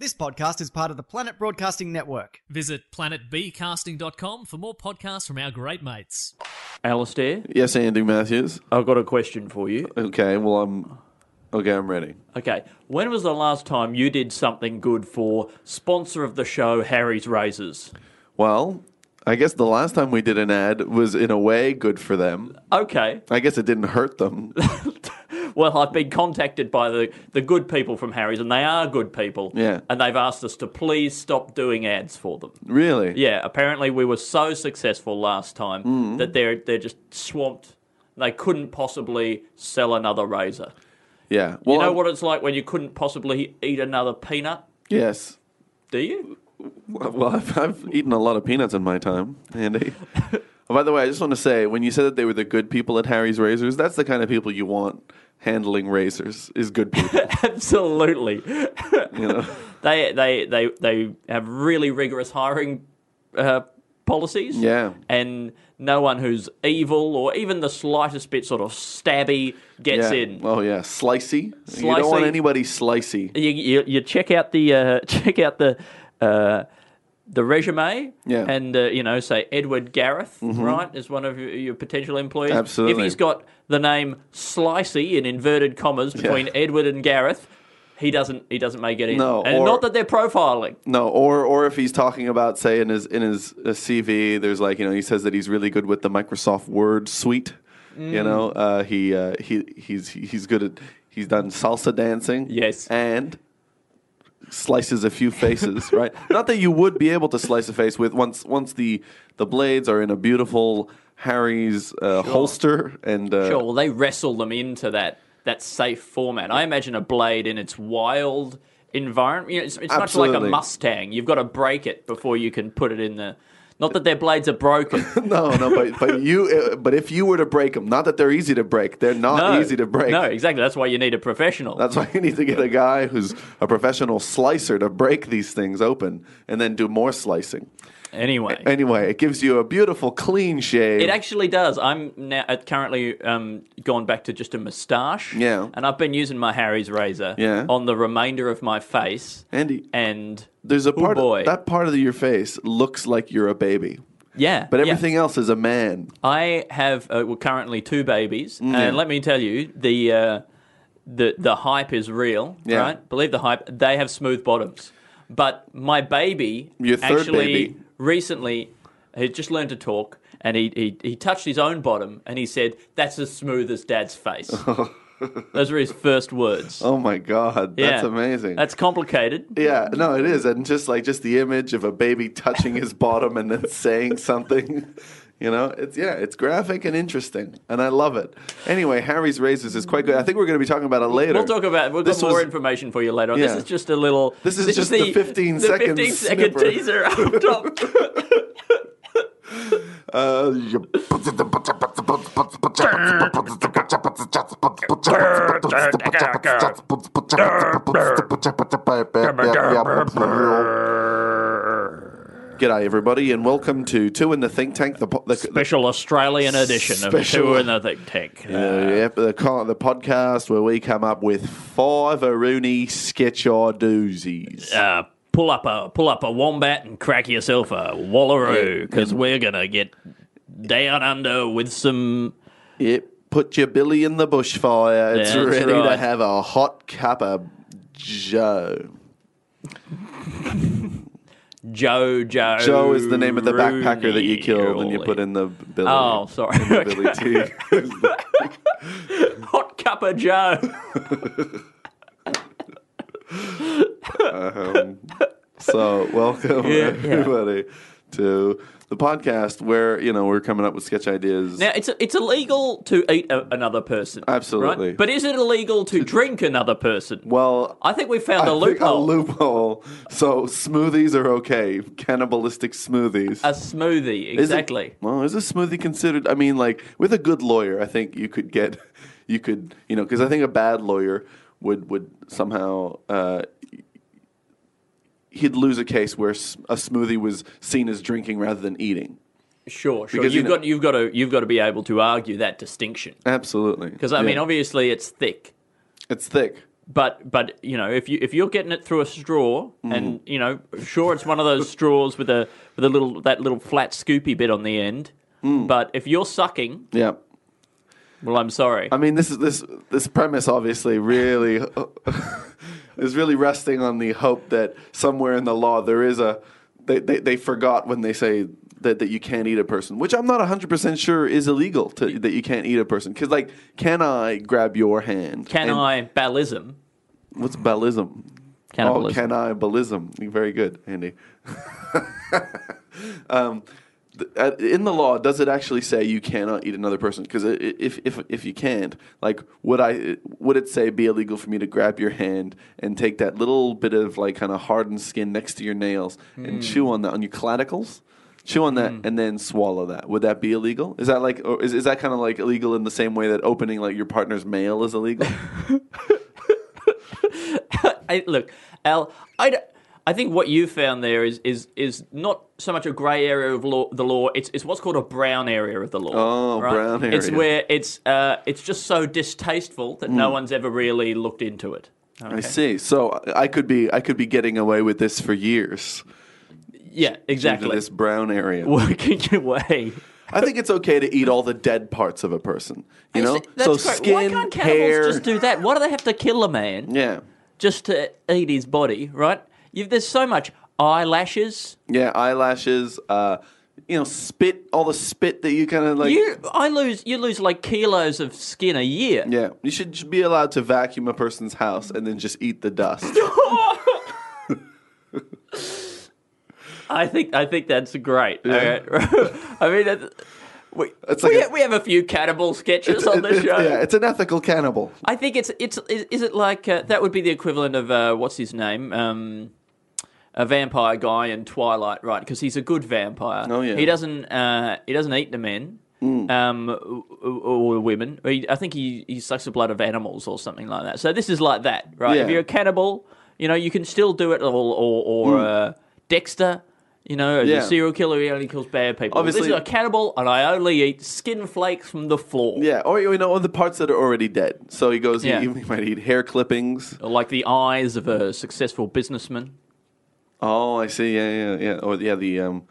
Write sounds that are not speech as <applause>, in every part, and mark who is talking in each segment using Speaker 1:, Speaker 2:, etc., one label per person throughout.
Speaker 1: This podcast is part of the Planet Broadcasting Network.
Speaker 2: Visit planetbcasting.com for more podcasts from our great mates.
Speaker 3: Alistair,
Speaker 4: Yes, Andy Matthews.
Speaker 3: I've got a question for you.
Speaker 4: Okay, well I'm okay, I'm ready.
Speaker 3: Okay, when was the last time you did something good for sponsor of the show, Harry's Razors?
Speaker 4: Well, I guess the last time we did an ad was in a way good for them.
Speaker 3: Okay,
Speaker 4: I guess it didn't hurt
Speaker 3: <laughs>
Speaker 4: them.
Speaker 3: well, I've been contacted by the, the good people from Harry's, and they are good people.
Speaker 4: Yeah.
Speaker 3: And they've asked us to please stop doing ads for them.
Speaker 4: really?
Speaker 3: Yeah, apparently we were so successful last time
Speaker 4: Hmm.
Speaker 3: that they're, they're just swamped. They couldn't possibly sell another razor.
Speaker 4: Yeah. Well,
Speaker 3: you know
Speaker 4: I'm-
Speaker 3: what it's like when you couldn't possibly eat another peanut,
Speaker 4: Yes.
Speaker 3: do you?
Speaker 4: Well, I've, I've eaten a lot of peanuts in my time,
Speaker 3: <laughs>
Speaker 4: Andy. Oh, By the way, I just want to say when you said that they were the good people at Harry's Razors, that's the kind of people you want handling razors is good
Speaker 3: <laughs>
Speaker 4: people.
Speaker 3: Absolutely.
Speaker 4: you know?
Speaker 3: <laughs> they they they they have really rigorous hiring uh, policies.
Speaker 4: Yeah.
Speaker 3: and no one who's evil or even the slightest bit sort of stabby gets
Speaker 4: yeah.
Speaker 3: in.
Speaker 4: Oh yeah, slicey. You don't want
Speaker 3: Slicey.
Speaker 4: anybody slicey.
Speaker 3: you, you you check out the uh, <laughs> check out the. Uh, the resume,
Speaker 4: Yeah. Mm-hmm.
Speaker 3: and uh, you know, say Edward Gareth, right, is one of your, your potential employees.
Speaker 4: Absolutely.
Speaker 3: if he's got the name Slicey in inverted commas between Edward and Gareth, he doesn't he doesn't make it in.
Speaker 4: No,
Speaker 3: and
Speaker 4: or-
Speaker 3: not that they're profiling.
Speaker 4: No, or or if he's talking about say in his in his uh, CV, there's like you know he says that he's really good with the Microsoft Word suite.
Speaker 3: Mm.
Speaker 4: You know, uh, he uh, he he's he's good at he's done salsa dancing.
Speaker 3: Yes.
Speaker 4: and slices a few faces. <laughs> right, not that you would be able to slice a face with once once the the blades are in a beautiful Harry's uh, holster and uh,
Speaker 3: Sure, well, they wrestle them into that that safe format. I imagine a blade in its wild environment. You know, it's it's much like a
Speaker 4: Absolutely.
Speaker 3: Mustang. You've got to break it before you can put it in the. Not that their blades are broken.
Speaker 4: No, no, but but you, uh, but if you were to break them, not that they're easy to break, they're not
Speaker 3: No,
Speaker 4: easy to break.
Speaker 3: No, exactly. That's why you need a professional.
Speaker 4: That's why you need to get a guy who's a professional slicer to break these things open and then do more slicing.
Speaker 3: anyway,
Speaker 4: Anyway, it gives you a beautiful clean shave.
Speaker 3: It actually does. I'm now uh, currently um, gone back to just a moustache.
Speaker 4: Yeah.
Speaker 3: And I've been using my Harry's razor
Speaker 4: Yeah.
Speaker 3: on the remainder of my face.
Speaker 4: Andy,
Speaker 3: And
Speaker 4: there's a
Speaker 3: oh
Speaker 4: part
Speaker 3: boy.
Speaker 4: of, that part of your face looks like you're a baby,
Speaker 3: yeah.
Speaker 4: but
Speaker 3: yeah.
Speaker 4: everything else is a man.
Speaker 3: I have uh, well, currently two babies,
Speaker 4: Mm.
Speaker 3: and let me tell you, the uh, the the hype is real,
Speaker 4: Yeah.
Speaker 3: right? Believe the hype. They have smooth bottoms, but my baby
Speaker 4: Your third
Speaker 3: actually
Speaker 4: baby.
Speaker 3: recently he just learned to talk, and he, he he touched his own bottom, and he said, "That's as smooth as Dad's
Speaker 4: <laughs>
Speaker 3: face." Those were his first words.
Speaker 4: Oh my god, that's amazing.
Speaker 3: That's complicated.
Speaker 4: yeah, no, it is, and just like just the image of a baby touching his <laughs> bottom and then saying something. <laughs> You know, it's yeah, it's graphic and interesting, and I love it. Anyway, Harry's razors is quite good. I think we're going to be talking about it later.
Speaker 3: We'll talk about. We've
Speaker 4: This
Speaker 3: got more
Speaker 4: was-
Speaker 3: information for you later. on. This
Speaker 4: Yeah.
Speaker 3: is just a little.
Speaker 4: This is just the 15
Speaker 3: the
Speaker 4: second
Speaker 3: 15 second
Speaker 4: snipper.
Speaker 3: teaser up
Speaker 4: <laughs>
Speaker 3: top.
Speaker 4: Uh, you- G'day, everybody, and welcome to Two in the Think Tank, the, po- the, the,
Speaker 3: special Australian edition of
Speaker 4: Special-
Speaker 3: Two in the Think Tank.
Speaker 4: the, the, co- the podcast where we come up with five Rooney sketch or doozies.
Speaker 3: Uh, pull up a pull up a wombat and crack yourself a wallaroo because we're gonna get down under with some.
Speaker 4: Yep, put your billy in the bushfire. It's
Speaker 3: That's
Speaker 4: ready to
Speaker 3: right.
Speaker 4: have a hot cup of Joe.
Speaker 3: Joe, Joe.
Speaker 4: Joe is the name of the backpacker that you killed and you
Speaker 3: Rooney.
Speaker 4: put in the billy.
Speaker 3: Oh, sorry. <laughs>
Speaker 4: in <laughs> the billy tea.
Speaker 3: Hot cup of Joe.
Speaker 4: So welcome everybody to the podcast where you know we're coming up with sketch ideas.
Speaker 3: Now it's it's illegal to eat a, another person. right?
Speaker 4: Absolutely.
Speaker 3: But is it illegal
Speaker 4: <laughs>
Speaker 3: to drink another person?
Speaker 4: well,
Speaker 3: I think we found a
Speaker 4: I think
Speaker 3: loophole.
Speaker 4: loophole. So smoothies are okay. Cannibalistic smoothies.
Speaker 3: A smoothie,
Speaker 4: Is it-
Speaker 3: exactly.
Speaker 4: well, is a smoothie considered? I mean, like with a good lawyer, I think you could get, <laughs> you could, you know, because I think a bad lawyer would would somehow uh, he'd lose a case where s- a smoothie was seen as drinking rather than eating.
Speaker 3: Sure, sure.
Speaker 4: Because, you
Speaker 3: you've
Speaker 4: know-
Speaker 3: got you've got to you've got to be able to argue that distinction
Speaker 4: Absolutely,
Speaker 3: because I
Speaker 4: Yeah.
Speaker 3: mean, obviously, it's thick.
Speaker 4: it's thick.
Speaker 3: But but you know if you if you're getting it through a straw
Speaker 4: Mm.
Speaker 3: and you know sure it's one of those straws with a with a little that little flat scoopy bit on the end.
Speaker 4: Mm.
Speaker 3: But if you're sucking,
Speaker 4: Yeah.
Speaker 3: well, I'm sorry.
Speaker 4: I mean, this is this this premise obviously really <laughs> is really resting on the hope that somewhere in the law there is a they they, they forgot when they say that, that you can't eat a person, which I'm not 100 percent sure is illegal to, that you can't eat a person because like, can I grab your hand?
Speaker 3: Can
Speaker 4: And
Speaker 3: I ballism?
Speaker 4: What's ballism?
Speaker 3: Cannibalism.
Speaker 4: Oh, cannibalism. Very good, Andy. <laughs> um, th- at- in the law, does it actually say you cannot eat another person? Because if, if if you can't, like, would I would it say be illegal for me to grab your hand and take that little bit of like kind of hardened skin next to your nails and chew on that on your clavicles? Chew on that and then swallow that. Would that be illegal? Is that like, or is, is that kind of like illegal in the same way that opening like your partner's mail is illegal?
Speaker 3: I, look, Al, I, d- I think what you found there is is is not so much a grey area of law, the law. It's it's what's called a brown area of the law.
Speaker 4: Oh, brown
Speaker 3: It's
Speaker 4: area. Hmm.
Speaker 3: where it's uh, it's just so distasteful that no one's ever really looked into it.
Speaker 4: I see. So I- I could be I could be getting away with this for years
Speaker 3: Yeah,
Speaker 4: due to
Speaker 3: exactly.
Speaker 4: this brown area.
Speaker 3: Working your way.
Speaker 4: I think it's okay to eat all the dead parts of a person. You know,
Speaker 3: That's
Speaker 4: so
Speaker 3: great.
Speaker 4: skin,
Speaker 3: Why can't cannibals
Speaker 4: hair.
Speaker 3: just do that? Why do they have to kill a man
Speaker 4: yeah,
Speaker 3: just to eat his body? Right? You've, there's so much eyelashes.
Speaker 4: yeah, eyelashes. Uh, you know, spit. All the spit that you kind of like.
Speaker 3: you, I lose. You lose like kilos of skin a year.
Speaker 4: yeah, you should j- be allowed to vacuum a person's house and then just eat
Speaker 3: <laughs>
Speaker 4: the dust.
Speaker 3: I think I think that's great. Alright. <laughs> I mean, that's, we
Speaker 4: It's
Speaker 3: we,
Speaker 4: like
Speaker 3: ha-
Speaker 4: a-
Speaker 3: we have a few cannibal sketches on the
Speaker 4: It's-
Speaker 3: show.
Speaker 4: <laughs> yeah, it's an ethical cannibal.
Speaker 3: I think it's it's is, is it like uh, that would be the equivalent of uh, what's his name. Um, a vampire guy in Twilight, right? Because he's a good vampire.
Speaker 4: Oh, yeah. Mm.
Speaker 3: He doesn't. Uh, he doesn't eat the men, um, or, or women. Or he- I think he, he sucks the blood of animals or something like that. So this is like that, right? If
Speaker 4: Yeah.
Speaker 3: you're a cannibal, you know you can still do it. Or or, or uh, Dexter, you know, as
Speaker 4: Mm. Yeah.
Speaker 3: a serial killer, he only kills bad people.
Speaker 4: Obviously-
Speaker 3: this is a cannibal, and I only eat skin flakes from the floor.
Speaker 4: Yeah, or you know, all the parts that are already dead. So he goes,
Speaker 3: Yeah.
Speaker 4: he, he might eat hair clippings.
Speaker 3: like the eyes of a successful businessman.
Speaker 4: Oh, I see. Yeah, yeah, yeah. Or yeah, the um,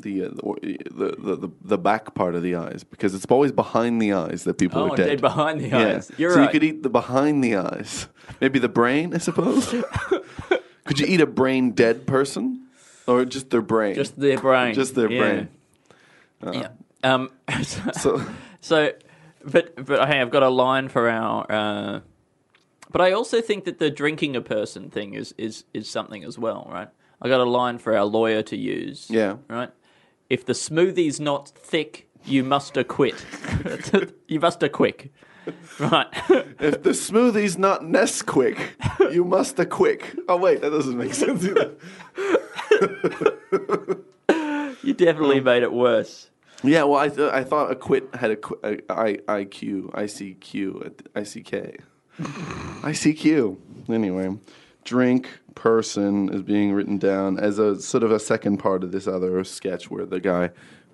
Speaker 4: the uh, the, or, the the the the back part of the eyes because it's always behind the eyes that people
Speaker 3: Oh,
Speaker 4: are
Speaker 3: dead
Speaker 4: dead.
Speaker 3: behind the
Speaker 4: Yeah.
Speaker 3: eyes. You're
Speaker 4: so
Speaker 3: right.
Speaker 4: you could eat the behind the eyes, maybe the brain, I suppose.
Speaker 3: <laughs>
Speaker 4: could you eat a brain dead person, or just their brain?
Speaker 3: Just their brain.
Speaker 4: Just their
Speaker 3: Yeah.
Speaker 4: brain. Uh-huh.
Speaker 3: Yeah. Um, <laughs> so,
Speaker 4: So
Speaker 3: so, but but hey, I've got a line for our. Uh, but I also think that the drinking a person thing is is is something as well, right? I got a line for our lawyer to use.
Speaker 4: Yeah.
Speaker 3: Right. If the smoothie's not thick, you must acquit. <laughs> you must acquit. Right. <laughs>
Speaker 4: if the smoothie's not Nesquik, you must a quick. Oh wait, that doesn't make sense either.
Speaker 3: you definitely made it worse.
Speaker 4: Yeah, well, I th- I thought a quit had a qu- a- I- IQ, ICQ, ICK. ICQ. Anyway, drink person is being written down as a sort of a second part of this other sketch where the guy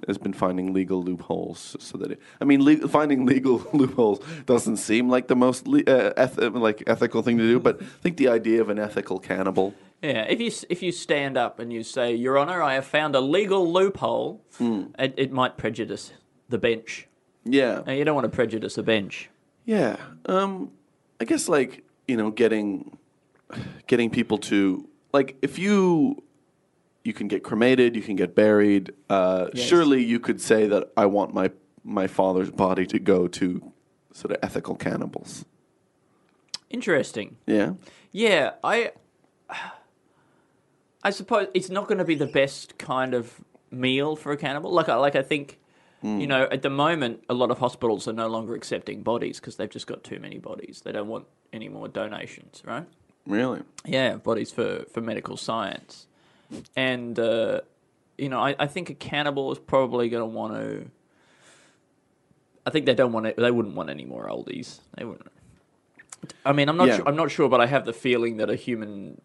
Speaker 4: has been finding legal loopholes so that it, I mean le- finding <laughs> legal loopholes doesn't seem like the most le- uh, eth- like ethical thing to do but I think the idea of an ethical cannibal
Speaker 3: Yeah, if you if you stand up and you say, "Your Honor, I have found a legal loophole," it, it might prejudice the bench.
Speaker 4: yeah
Speaker 3: Now, you don't want to prejudice a bench.
Speaker 4: Yeah. Um I guess like, you know, getting getting people to like if you you can get cremated, you can get buried, uh surely you could say that I want my my father's body to go to sort of ethical cannibals.
Speaker 3: Interesting.
Speaker 4: Yeah.
Speaker 3: Yeah, I I suppose it's not going to be the best kind of meal for a cannibal. Like, I, like I think, you know, at the moment, a lot of hospitals are no longer accepting bodies because they've just got too many bodies. They don't want any more donations, right?
Speaker 4: Really?
Speaker 3: Yeah, bodies for, for medical science. And, uh, you know, I, I think a cannibal is probably going to want to. I think they don't want it. They wouldn't want any more oldies. They wouldn't. I mean, I'm not.
Speaker 4: Yeah.
Speaker 3: Sure, I'm not sure, but I have the feeling that a human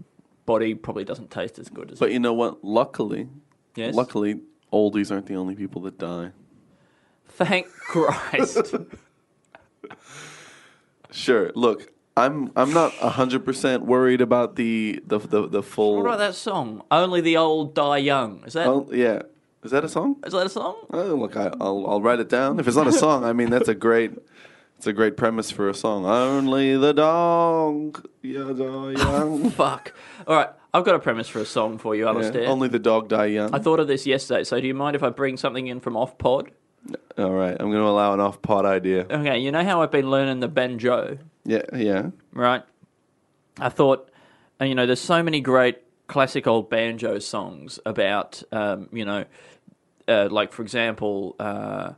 Speaker 3: body probably doesn't taste as good as.
Speaker 4: But you know what? Luckily,
Speaker 3: Yes.
Speaker 4: luckily, oldies aren't the only people that die. <laughs>
Speaker 3: Thank Christ.
Speaker 4: Sure. Look, I'm I'm not hundred percent worried about the the the, the full.
Speaker 3: what about that song? Only the old die young. Is that is
Speaker 4: Oh, yeah. Is that a song?
Speaker 3: that a song?
Speaker 4: Oh, look, I, I'll I'll write it down. If it's not a song, I mean that's a great. It's a great premise for a song. Only the dog, yeah, die <laughs> young.
Speaker 3: Fuck. All right, I've got a premise for a song for you.
Speaker 4: Yeah, Oh,
Speaker 3: Alistair.
Speaker 4: only the dog die young.
Speaker 3: I thought of this yesterday. So do you mind if I bring something in from off pod?
Speaker 4: All right, I'm going to allow an off-pod idea.
Speaker 3: Okay, you know how I've been learning the banjo,
Speaker 4: Yeah, yeah.
Speaker 3: right? I thought, and, you know, there's so many great classic old banjo songs about, um, you know, uh, like for example, uh,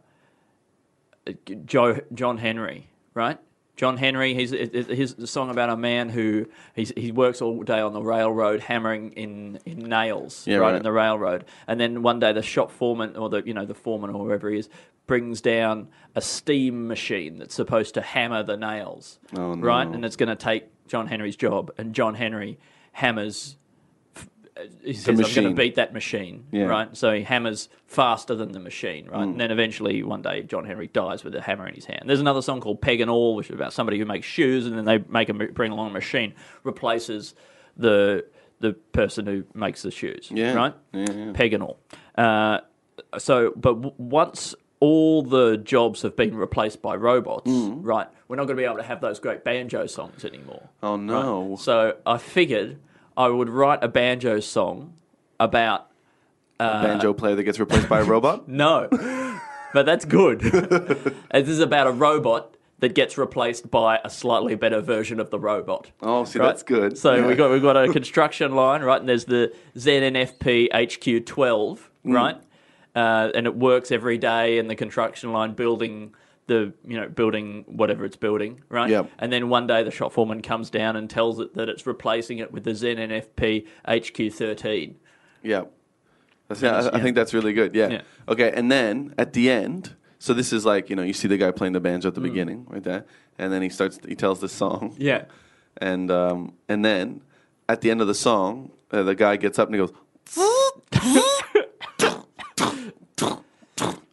Speaker 3: Joe John Henry, right? John Henry, he's his the song about a man who he's, he works all day on the railroad hammering in, in nails,
Speaker 4: Yeah,
Speaker 3: right,
Speaker 4: right.
Speaker 3: in the railroad, and then one day the shop foreman or the you know the foreman or whoever he is brings down a steam machine that's supposed to hammer the nails,
Speaker 4: Oh, no.
Speaker 3: right, and it's going to take John Henry's job, and John Henry hammers. f- uh, He says, "I'm going
Speaker 4: machine.
Speaker 3: to beat that machine,"
Speaker 4: Yeah. Mm.
Speaker 3: right? So he hammers faster than the machine, right? And then eventually, one day, John Henry dies with a hammer in his hand. There's another song called Peg and All, which is about somebody who makes shoes, and then they make a ma- bring along a machine replaces the the person who makes the shoes,
Speaker 4: Yeah.
Speaker 3: right?
Speaker 4: Yeah, yeah.
Speaker 3: Peg and all. Uh, so, but w- once all the jobs have been replaced by robots,
Speaker 4: Mm.
Speaker 3: right? We're not going to be able to have those great banjo songs anymore.
Speaker 4: Oh, no.
Speaker 3: So I figured I would write a banjo song about
Speaker 4: Banjo player that gets replaced by a <laughs> robot.
Speaker 3: no, but that's
Speaker 4: <laughs>
Speaker 3: good. this is about a robot that gets replaced by a slightly better version of the robot.
Speaker 4: Oh, see,
Speaker 3: right?
Speaker 4: that's good.
Speaker 3: So
Speaker 4: Yeah.
Speaker 3: we got we got
Speaker 4: <laughs>
Speaker 3: a construction line, right? And there's the ZNFP HQ12,
Speaker 4: Mm.
Speaker 3: right? Uh, and it works every day in the construction line building the you know building whatever it's building, right?
Speaker 4: Yep.
Speaker 3: And then one day the shop foreman comes down and tells it that it's replacing it with the ZNFP HQ13.
Speaker 4: Yeah. That's, yeah, I, I think that's really good. Yeah.
Speaker 3: Yeah.
Speaker 4: Okay, and then at the end, so this is like you know you see the guy playing the banjo at the beginning, right there, and then he starts he tells this song.
Speaker 3: Yeah.
Speaker 4: And um and then at the end of the song, uh, the guy gets up and he goes. <laughs>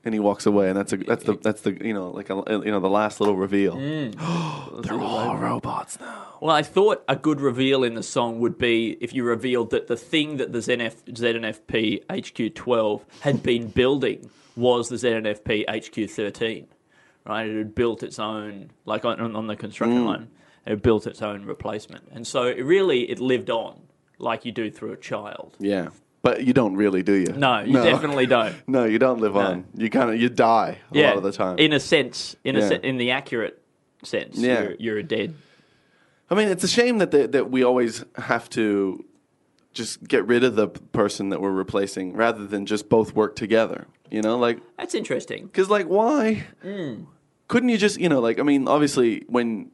Speaker 4: And he walks away, and that's a that's the that's the you know like a, you know the last little reveal.
Speaker 3: Mm.
Speaker 4: <gasps> They're all robots now.
Speaker 3: Well, I thought a good reveal in the song would be if you revealed that the thing that the ZNF, ZNFP HQ12 had been building was the ZNFP HQ13, right? It had built its own, like on, on- on the construction
Speaker 4: Mm.
Speaker 3: line, it had built its own replacement. And so it really, it lived on like you do through a child.
Speaker 4: Yeah, but you don't really, do you?
Speaker 3: No, you definitely don't.
Speaker 4: <laughs> No, you don't live on. You kind of you die a
Speaker 3: yeah,
Speaker 4: lot of the time.
Speaker 3: In a sense, in,
Speaker 4: Yeah.
Speaker 3: a se- in the accurate sense,
Speaker 4: Yeah.
Speaker 3: you're, you're a dead.
Speaker 4: I mean, it's a shame that they, that we always have to just get rid of the p- person that we're replacing rather than just both work together. You know, like
Speaker 3: That's interesting.
Speaker 4: because like why
Speaker 3: Mm.
Speaker 4: couldn't you just you know like I mean obviously when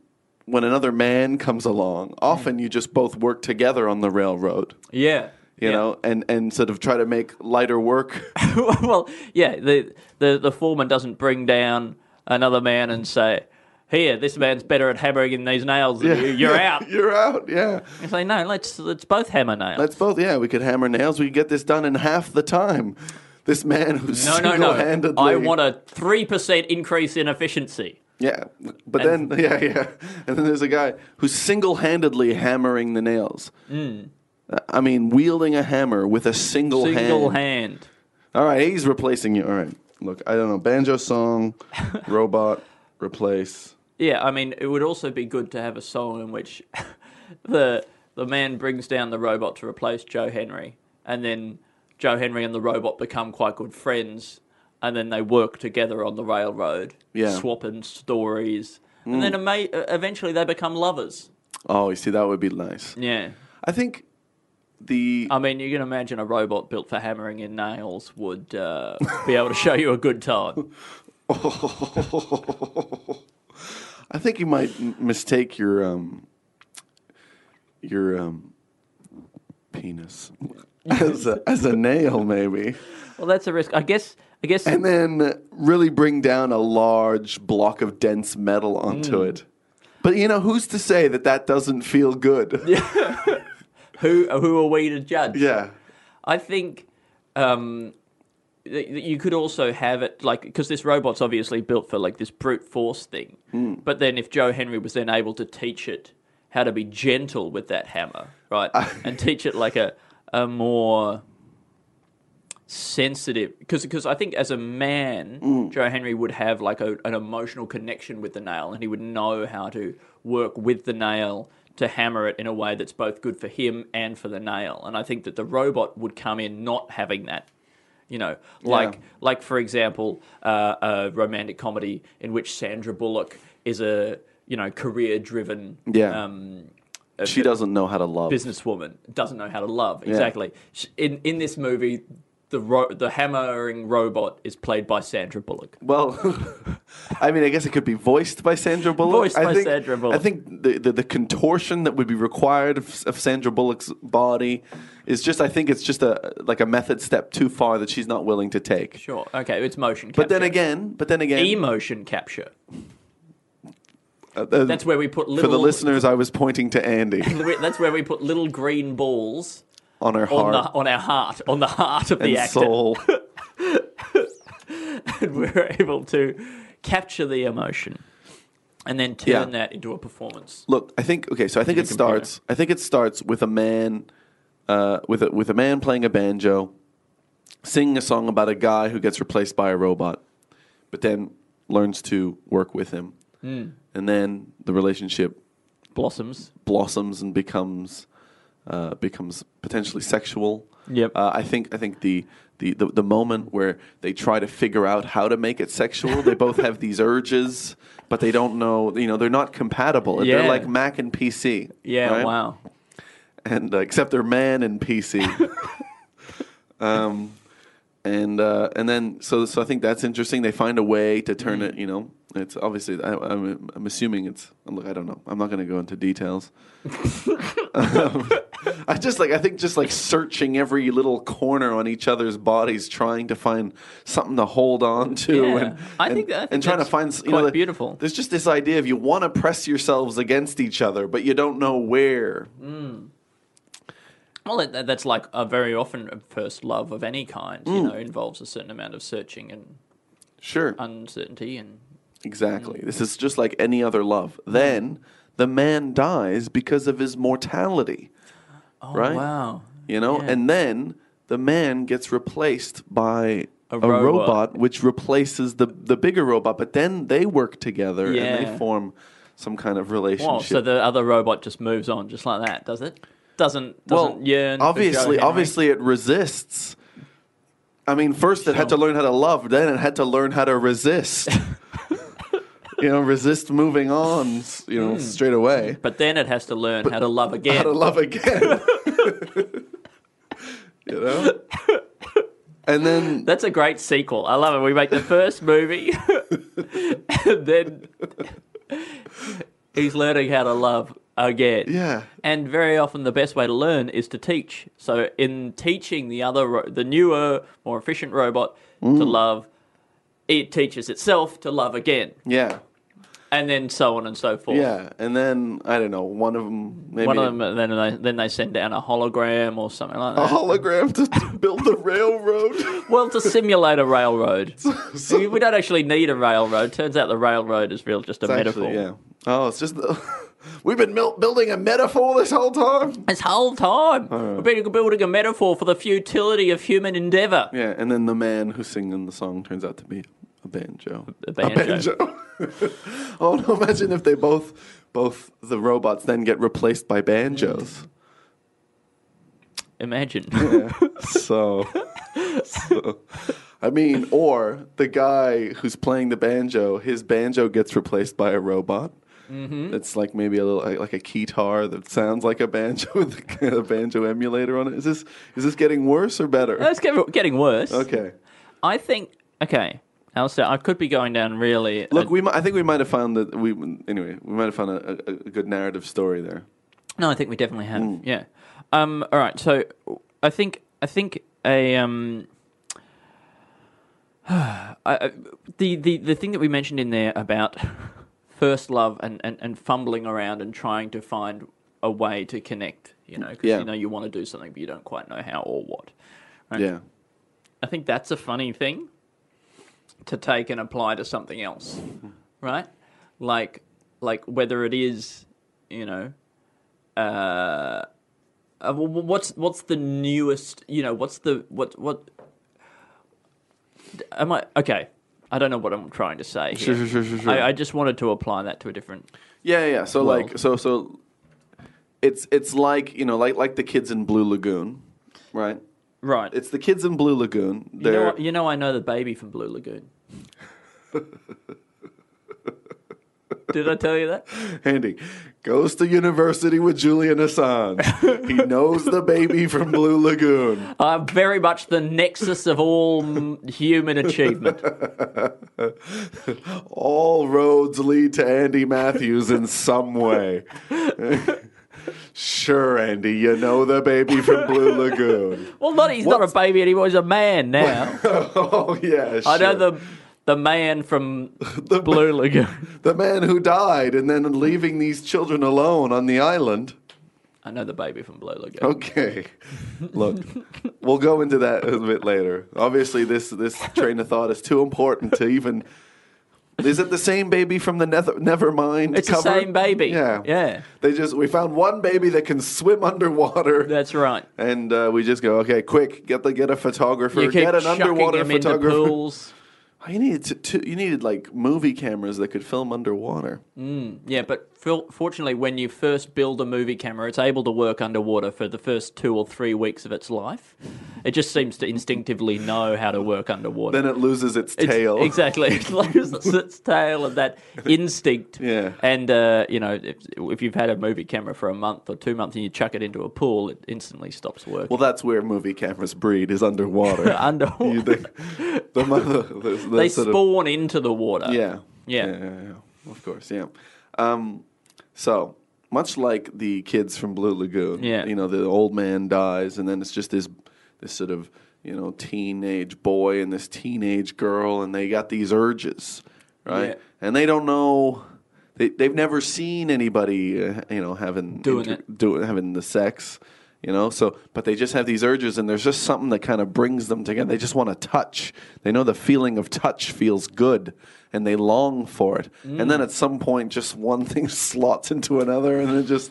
Speaker 4: when another man comes
Speaker 3: Mm.
Speaker 4: along, often you just both work together on the railroad.
Speaker 3: Yeah.
Speaker 4: You
Speaker 3: Yeah.
Speaker 4: know, and, and sort of try to make lighter work.
Speaker 3: <laughs> well, yeah, the, the the foreman doesn't bring down another man and say, "Here, this man's better at hammering in these nails than you.
Speaker 4: <laughs>
Speaker 3: You're out."
Speaker 4: You're out. Yeah.
Speaker 3: You say, "No, let's let's both hammer nails."
Speaker 4: Let's both. Yeah, we could hammer nails. We could get this done in half the time. This man who's
Speaker 3: no, no,
Speaker 4: single-handedly.
Speaker 3: no. I want a three percent increase in efficiency.
Speaker 4: Yeah, but then <laughs> yeah, yeah, and then there's a guy who's single-handedly hammering the nails.
Speaker 3: Mm.
Speaker 4: Uh, I mean, wielding a hammer with a single,
Speaker 3: Single
Speaker 4: hand.
Speaker 3: hand.
Speaker 4: All right, he's replacing you. All right, look, I don't know. Banjo song, robot replace.
Speaker 3: Yeah, I mean, it would also be good to have a song in which <laughs> the the man brings down the robot to replace Joe Henry, and then Joe Henry and the robot become quite good friends, and then they work together on the railroad,
Speaker 4: Yeah. Mm.
Speaker 3: swapping stories, and then ama- e, eventually they become lovers.
Speaker 4: Oh, you see, that would be nice.
Speaker 3: Yeah,
Speaker 4: I think the
Speaker 3: I mean, you can imagine a robot built for hammering in nails would uh, be able to show you a good
Speaker 4: <laughs>
Speaker 3: time.
Speaker 4: I think you might m- mistake your um your um penis as a, as a nail maybe
Speaker 3: Well, that's a risk. I guess. I guess.
Speaker 4: and then really bring down a large block of dense metal onto it. But you know, who's to say that that doesn't feel good? <laughs> Yeah.
Speaker 3: who who are we to judge? I think um, th- th- you could also have it like because this robot's obviously built for like this brute force thing. But then if Joe Henry was then able to teach it how to be gentle with that hammer, right, and teach it like a a more sensitive because because I think as a man, Joe Henry would have like a, an emotional connection with the nail, and he would know how to work with the nail to hammer it in a way that's both good for him and for the nail. And I think that the robot would come in not having that. You know, like like for example, uh, a romantic comedy in which Sandra Bullock is a you know career driven
Speaker 4: Yeah.
Speaker 3: um,
Speaker 4: She doesn't know how to love.
Speaker 3: businesswoman doesn't know how to love. Exactly. Sh In in this movie, the ro- the hammering robot is played by Sandra Bullock.
Speaker 4: Well, <laughs> I mean, I guess it could be voiced by Sandra Bullock.
Speaker 3: Voiced
Speaker 4: I
Speaker 3: by
Speaker 4: think,
Speaker 3: Sandra Bullock.
Speaker 4: I think the, the, the contortion that would be required of, of Sandra Bullock's body is just, I think it's just a like a method step too far that she's not willing to take.
Speaker 3: Sure. Okay. It's motion. capture.
Speaker 4: But then again, but then again,
Speaker 3: emotion capture.
Speaker 4: uh, uh,
Speaker 3: That's where we put
Speaker 4: for
Speaker 3: little.
Speaker 4: the listeners, I was pointing to
Speaker 3: <laughs>
Speaker 4: Andy
Speaker 3: That's where <laughs> we put little green balls
Speaker 4: on her
Speaker 3: on
Speaker 4: heart
Speaker 3: the on our heart on the heart of the
Speaker 4: and
Speaker 3: actor,
Speaker 4: soul.
Speaker 3: and <laughs> we're able to capture the emotion, and then turn
Speaker 4: Yeah.
Speaker 3: that into a performance.
Speaker 4: look, I think okay, so I think it starts. I think it starts with a man, uh, with a with a man playing a banjo, singing a song about a guy who gets replaced by a robot, but then learns to work with him, and then the relationship
Speaker 3: Blossoms.
Speaker 4: blossoms and becomes uh, becomes potentially sexual.
Speaker 3: Yep.
Speaker 4: Uh, I think I think the, the the the moment where they try to figure out how to make it sexual, they both have these urges, but they don't know. You know, they're not compatible.
Speaker 3: Yeah.
Speaker 4: They're like Mac and PC.
Speaker 3: Yeah.
Speaker 4: right?
Speaker 3: Wow.
Speaker 4: And uh, except they're man and
Speaker 3: <laughs>
Speaker 4: PC. um, and uh, and then so so I think that's interesting. They find a way to turn
Speaker 3: Mm-hmm.
Speaker 4: it. You know, it's obviously I, I'm I'm assuming it's look. I don't know. I'm not going to go
Speaker 3: <laughs>
Speaker 4: into details. Um, <laughs> I just like I think just like searching every little corner on each other's bodies, trying to find something to hold on to,
Speaker 3: Yeah.
Speaker 4: and
Speaker 3: I
Speaker 4: and-
Speaker 3: think that- I think
Speaker 4: and trying to
Speaker 3: that's
Speaker 4: find s- you
Speaker 3: quite
Speaker 4: know, like,
Speaker 3: beautiful.
Speaker 4: There's just this idea of you want to press yourselves against each other, but you don't know where.
Speaker 3: Mm. Well, that, that's like a very often a first love of any kind,
Speaker 4: Mm.
Speaker 3: you know, involves a certain amount of searching and
Speaker 4: Sure,
Speaker 3: uncertainty. And Mm.
Speaker 4: exactly. This is just like any other love. Then the man dies because of his mortality,
Speaker 3: oh,
Speaker 4: right?
Speaker 3: wow,
Speaker 4: You know,
Speaker 3: Yeah.
Speaker 4: and then the man gets replaced by
Speaker 3: A
Speaker 4: a,
Speaker 3: robot.
Speaker 4: robot. which replaces the the bigger robot. But then they work together and
Speaker 3: Yeah.
Speaker 4: they form some kind of
Speaker 3: wow.
Speaker 4: relationship.
Speaker 3: So the other robot just moves on, just like that, does it? Doesn't doesn't
Speaker 4: well,
Speaker 3: yearn. for Joe
Speaker 4: obviously,
Speaker 3: Henry?
Speaker 4: obviously, it resists. I mean, first it had to learn how to love, then it had to learn how to resist.
Speaker 3: <laughs>
Speaker 4: you know, resist moving on. s- You know, straight away.
Speaker 3: Hmm. But then it has to learn how to love again.
Speaker 4: <laughs> how to
Speaker 3: <laughs>
Speaker 4: love again. <laughs> you know, and
Speaker 3: <laughs>
Speaker 4: then
Speaker 3: That's a great sequel. I love it. We make the first movie, <laughs> and
Speaker 4: <laughs>
Speaker 3: then he's learning how to love again.
Speaker 4: Yeah.
Speaker 3: And very often the best way to learn is to teach. So in teaching the other, ro- the newer, more efficient robot
Speaker 4: Mm.
Speaker 3: to love, it teaches itself to love again,
Speaker 4: yeah.
Speaker 3: and then so on and so forth.
Speaker 4: Yeah, and then I don't know. One of them, maybe
Speaker 3: One of uh, them, then they, then they send down a hologram or something like
Speaker 4: a
Speaker 3: that.
Speaker 4: hologram to, to build
Speaker 3: <laughs>
Speaker 4: the railroad.
Speaker 3: Well, to simulate a railroad.
Speaker 4: <laughs> So-
Speaker 3: we don't actually need a railroad. Turns out the railroad is real, just a
Speaker 4: it's
Speaker 3: metaphor.
Speaker 4: actually- yeah. Oh, it's just the, <laughs> we've been mil- building a metaphor this whole time.
Speaker 3: This whole time,
Speaker 4: Oh.
Speaker 3: we've been building a metaphor for the futility of human endeavor.
Speaker 4: Yeah, and then the man who's singing the song turns out to be a banjo.
Speaker 3: A banjo.
Speaker 4: <laughs> oh no! Imagine if they both, both the robots then get replaced by banjos. <laughs>
Speaker 3: Imagine.
Speaker 4: so, so- I mean, or the guy who's playing the banjo, his banjo gets replaced by a robot,
Speaker 3: Mm-hmm.
Speaker 4: That's like maybe a little like a guitar that sounds like a banjo <laughs> with a banjo emulator on it. Is this is this getting worse or better?
Speaker 3: No, It's get- getting worse.
Speaker 4: okay.
Speaker 3: I think. Okay, Alistair, I could be going down really.
Speaker 4: Look,
Speaker 3: uh,
Speaker 4: we mi- I think we might have found that we anyway we might have found a, a, a good narrative story there.
Speaker 3: No, I think we definitely have.
Speaker 4: Mm.
Speaker 3: Yeah. Um. All right. So, I think I think a um. <sighs> I, I- the the the thing that we mentioned in there about <laughs> first love and, and, and fumbling around and trying to find a way to connect, you know, because
Speaker 4: Yeah.
Speaker 3: you know you want to do something but you don't quite know how or what. Right.
Speaker 4: Yeah.
Speaker 3: I think that's a funny thing to take and apply to something else, right? Like, like whether it is, you know, uh, uh, wh- wh- what's what's the newest, you know, what's the what what? Am I okay? I don't know what I'm trying to say.
Speaker 4: Sure,
Speaker 3: here.
Speaker 4: sure, sure, sure, sure.
Speaker 3: I, I just wanted to apply that to a different.
Speaker 4: Yeah, yeah. So
Speaker 3: Well-
Speaker 4: like, so so, it's it's like you know, like like the kids in Blue Lagoon, right?
Speaker 3: Right.
Speaker 4: It's the kids in Blue Lagoon.
Speaker 3: you, know,
Speaker 4: They're
Speaker 3: what-
Speaker 4: <laughs>
Speaker 3: you know, I know the baby from Blue Lagoon. Did I tell you that?
Speaker 4: Andy goes to university with Julian Assange.
Speaker 3: <laughs>
Speaker 4: he knows the baby from Blue Lagoon.
Speaker 3: I'm Uh, very much the nexus of all mm, human achievement.
Speaker 4: All roads lead to Andy Matthews in
Speaker 3: <laughs>
Speaker 4: some way. sure, Andy, you know the baby
Speaker 3: <laughs>
Speaker 4: from Blue Lagoon.
Speaker 3: Well, not he's not
Speaker 4: What's-
Speaker 3: a baby anymore. He's a man now.
Speaker 4: oh yeah,
Speaker 3: I know
Speaker 4: sure.
Speaker 3: the the man
Speaker 4: <laughs>
Speaker 3: from Blue Lagoon.
Speaker 4: the man who died and then leaving these children alone on the island.
Speaker 3: I know the baby from Blue Lagoon.
Speaker 4: Okay. Look, we'll go into that a bit later. Obviously, this this train of thought is too important to even. Is it the same baby from the Nether, Nevermind?
Speaker 3: It's
Speaker 4: cover?
Speaker 3: the same baby.
Speaker 4: Yeah,
Speaker 3: yeah.
Speaker 4: They just we found one baby that can swim underwater.
Speaker 3: That's right.
Speaker 4: and uh, we just go okay, quick, get the get a photographer,
Speaker 3: You keep
Speaker 4: get an
Speaker 3: chucking
Speaker 4: underwater
Speaker 3: him into
Speaker 4: photographer. <laughs>
Speaker 3: pools.
Speaker 4: You needed to, to, you needed like movie cameras that could film underwater.
Speaker 3: Mm. Yeah, but for, fortunately, when you first build a movie camera, it's able to work underwater for the first two or three weeks of its life. It just seems to instinctively know how to work underwater.
Speaker 4: Then it loses its,
Speaker 3: It's-
Speaker 4: tail.
Speaker 3: <laughs> Exactly.
Speaker 4: <laughs>
Speaker 3: It loses its tail and that instinct.
Speaker 4: Yeah.
Speaker 3: And, uh, you know, if, if you've had a movie camera for a month or two months and you chuck it into a pool, it instantly stops working.
Speaker 4: Well, that's where movie cameras breed
Speaker 3: <laughs>
Speaker 4: is underwater.
Speaker 3: Underwater.
Speaker 4: <laughs> You- the, the mother, the, the
Speaker 3: they
Speaker 4: sort
Speaker 3: spawn into the water.
Speaker 4: Of, yeah,
Speaker 3: Yeah.
Speaker 4: yeah, yeah, yeah. Of course, yeah. Um, so much like the kids from Blue Lagoon,
Speaker 3: Yeah.
Speaker 4: you know, the old man dies, and then it's just this, this sort of you know teenage boy and this teenage girl, and they got these urges, right?
Speaker 3: Yeah.
Speaker 4: And they don't know. They, they've never seen anybody, uh, you know, having
Speaker 3: Doing it.
Speaker 4: doing having the sex, you know. So, but they just have these urges, and there's just something that kind of brings them together. They just want to touch. They know the feeling of touch feels good, and they long for it. And
Speaker 3: Mm.
Speaker 4: then at some point, just one <laughs> thing slots into another, and it just,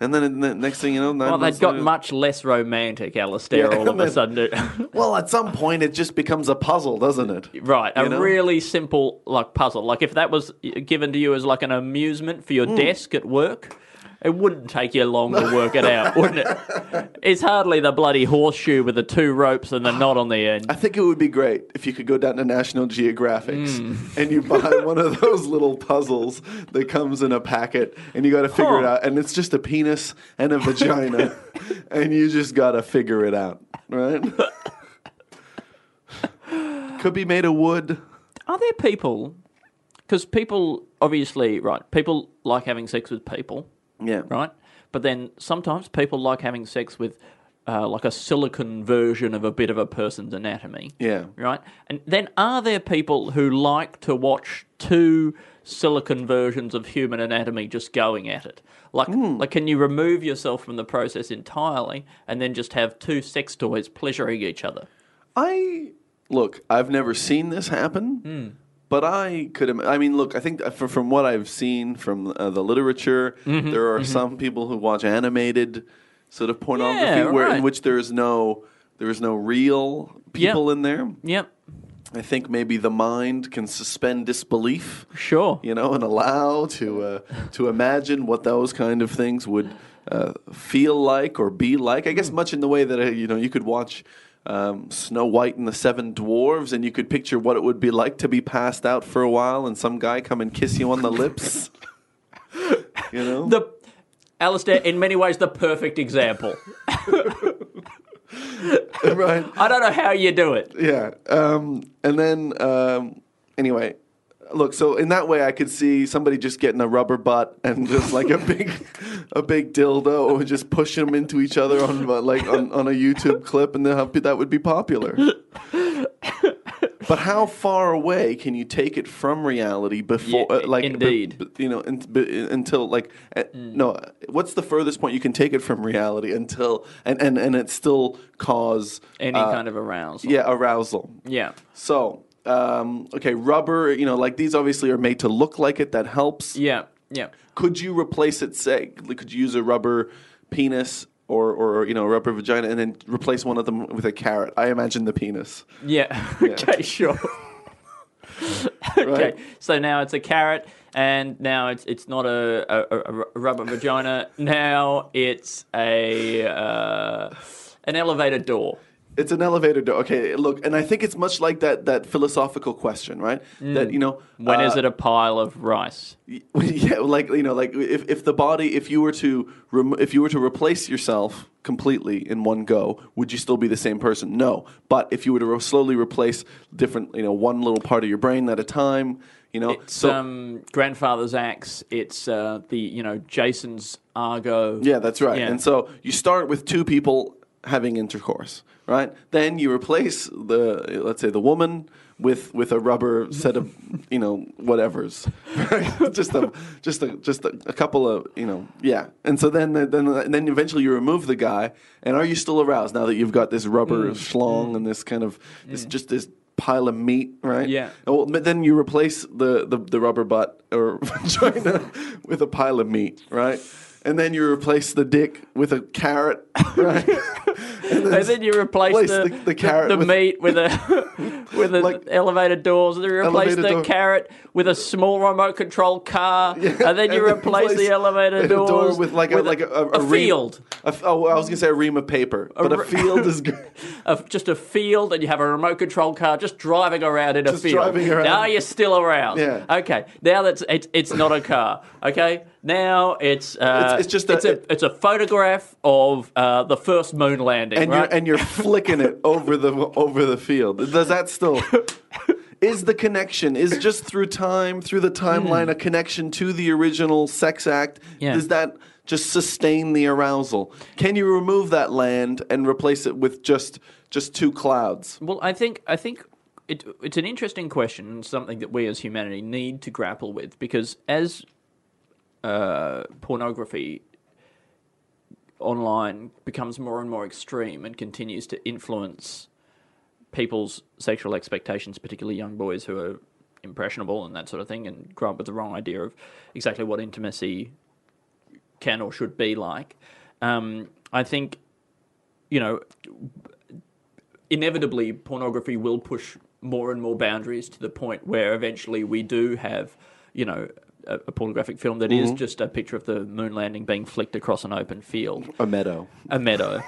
Speaker 4: and then and then next thing you know, nine
Speaker 3: Well,
Speaker 4: months
Speaker 3: they've got
Speaker 4: later-
Speaker 3: much less romantic, Alistair,
Speaker 4: <laughs> Yeah,
Speaker 3: all of
Speaker 4: they-
Speaker 3: a sudden. <laughs>
Speaker 4: <laughs> Well, at some point, it just becomes a puzzle, doesn't it?
Speaker 3: Right, a
Speaker 4: You know?
Speaker 3: really simple like puzzle. Like if that was given to you as like an amusement for your desk at work, it wouldn't take you long to work it <laughs> out, wouldn't it? It's hardly the bloody horseshoe with the two ropes and the knot on the end.
Speaker 4: I think it would be great if you could go down to National Geographics
Speaker 3: Hmm.
Speaker 4: and you buy one of those little puzzles that comes in a packet and you got to figure it
Speaker 3: Huh.
Speaker 4: out. And it's just a penis and
Speaker 3: <laughs>
Speaker 4: a vagina and you just got to figure it out, right? could be made of wood.
Speaker 3: Are there people? Because people obviously, right? People like having sex with people,
Speaker 4: Yeah.
Speaker 3: right? But then sometimes people like having sex with uh, like a silicon version of a bit of a person's anatomy.
Speaker 4: Yeah.
Speaker 3: Right? And then are there people who like to watch two silicon versions of human anatomy just going at it? Like,
Speaker 4: Hmm.
Speaker 3: like can you remove yourself from the process entirely and then just have two sex toys pleasuring each other?
Speaker 4: I look. I've never seen this happen,
Speaker 3: Hmm.
Speaker 4: but I could. Im- I mean, look. I think f from what I've seen from uh, the literature,
Speaker 3: Mm-hmm,
Speaker 4: there are some people who watch animated sort of pornography,
Speaker 3: Yeah,
Speaker 4: where in
Speaker 3: right.
Speaker 4: which there is no there is no real people in there.
Speaker 3: Yep.
Speaker 4: I think maybe the mind can suspend disbelief
Speaker 3: Sure.
Speaker 4: you know, and allow to uh, to imagine what those kind of things would uh, feel like or be like. I guess much in the way that uh, you know you could watch um, Snow White and the Seven Dwarves, and you could picture what it would be like to be passed out for a while, and some guy come and kiss you on the lips. You know?
Speaker 3: The Alistair, in many ways, the perfect example.
Speaker 4: right.
Speaker 3: I don't know how you do it.
Speaker 4: Yeah. Um, and then, um, anyway, look. So in that way, I could see somebody just getting a rubber butt and <laughs> just like a big, a big dildo, or just pushing them into each other on uh, like on, on a YouTube clip, and then how- that would be popular. But how far away can you take it from reality before,
Speaker 3: Yeah,
Speaker 4: uh, like,
Speaker 3: indeed. Mm.
Speaker 4: b- b- you know, un- b- until like, uh, no, what's the furthest point you can take it from reality until, and and and it still cause
Speaker 3: Any
Speaker 4: uh,
Speaker 3: kind of arousal.
Speaker 4: yeah arousal,
Speaker 3: Yeah.
Speaker 4: so, um, okay, rubber, you know, like these obviously are made to look like it. That helps.
Speaker 3: Yeah. Yeah.
Speaker 4: Could you replace it, say, like, could you use a rubber penis or, or, you know, a rubber vagina and then replace one of them with a carrot? I imagine the penis.
Speaker 3: Yeah. okay, sure. <laughs> okay.
Speaker 4: Right?
Speaker 3: So now it's a carrot, and now it's it's not a, a, a- a rubber
Speaker 4: <laughs>
Speaker 3: vagina. Now it's a uh, an elevator door.
Speaker 4: It's an elevator door. Okay, look, and I think it's much like that, that philosophical question, right? That, you know,
Speaker 3: Mm. When is
Speaker 4: uh,
Speaker 3: it a pile of rice?
Speaker 4: <laughs> yeah, like you know, like if, if the body, if you were to rem- if you were to replace yourself completely in one go, would you still be the same person? No, but if you were to re- slowly replace different, you know, one little part of your brain at a time, you know,
Speaker 3: It's um, grandfather's axe. It's uh, the you know Jason's Argo.
Speaker 4: Yeah, that's right.
Speaker 3: Yeah.
Speaker 4: And so you start with two people having intercourse, right? Then you replace the let's say the woman with with a rubber
Speaker 3: <laughs>
Speaker 4: set of you know whatever's right? <laughs> just a just a just a, a couple of you know yeah and so then then and then eventually you remove the guy and are you still aroused now that you've got this
Speaker 3: Mm.
Speaker 4: rubber schlong and this kind of this just this pile of meat right
Speaker 3: Yeah.
Speaker 4: well Oh, but then you replace the the, the rubber butt or <laughs> vagina with a pile of meat right and then you replace the dick with a carrot right and
Speaker 3: And then you replace
Speaker 4: Place
Speaker 3: the,
Speaker 4: the- the carrot
Speaker 3: the
Speaker 4: with-
Speaker 3: meat with
Speaker 4: <laughs>
Speaker 3: a with a
Speaker 4: Like-
Speaker 3: elevator doors. And then you replace
Speaker 4: Elevator
Speaker 3: the
Speaker 4: door.
Speaker 3: carrot with a small remote control car. and then you
Speaker 4: <laughs> and
Speaker 3: replace the elevator
Speaker 4: a door
Speaker 3: doors
Speaker 4: with like a like a, a, a ream-
Speaker 3: field,
Speaker 4: a f- oh, I was gonna say a ream of paper, but a
Speaker 3: re- <laughs>
Speaker 4: field is good.
Speaker 3: a, just a field, and you have a remote control car just driving around in a
Speaker 4: Just
Speaker 3: field.
Speaker 4: driving around.
Speaker 3: Now you're still around.
Speaker 4: Yeah.
Speaker 3: Okay. Now that's it's it's not a car. Okay. Now it's uh,
Speaker 4: It's- it's just a-
Speaker 3: it's a, it's a photograph of uh, the first moon landing.
Speaker 4: and
Speaker 3: right?
Speaker 4: you're and you're
Speaker 3: <laughs>
Speaker 4: flicking it over the over the field. Does that still? Is the connection is just through time, through the timeline, a connection to the original sex act?
Speaker 3: Hmm. Yeah.
Speaker 4: Does that just sustain the arousal? Can you remove that land and replace it with just just two clouds?
Speaker 3: Well, I think I think it, it's an interesting question and something that we as humanity need to grapple with because as uh, pornography online becomes more and more extreme and continues to influence people's sexual expectations, particularly young boys who are impressionable and that sort of thing, and grow up with the wrong idea of exactly what intimacy can or should be like. Um, I think, you know, inevitably pornography will push more and more boundaries to the point where eventually we do have, you know, a, a pornographic film that
Speaker 4: Mm-hmm.
Speaker 3: is just a picture of the moon landing being flicked across an open field
Speaker 4: A meadow.
Speaker 3: a
Speaker 4: <laughs>
Speaker 3: meadow,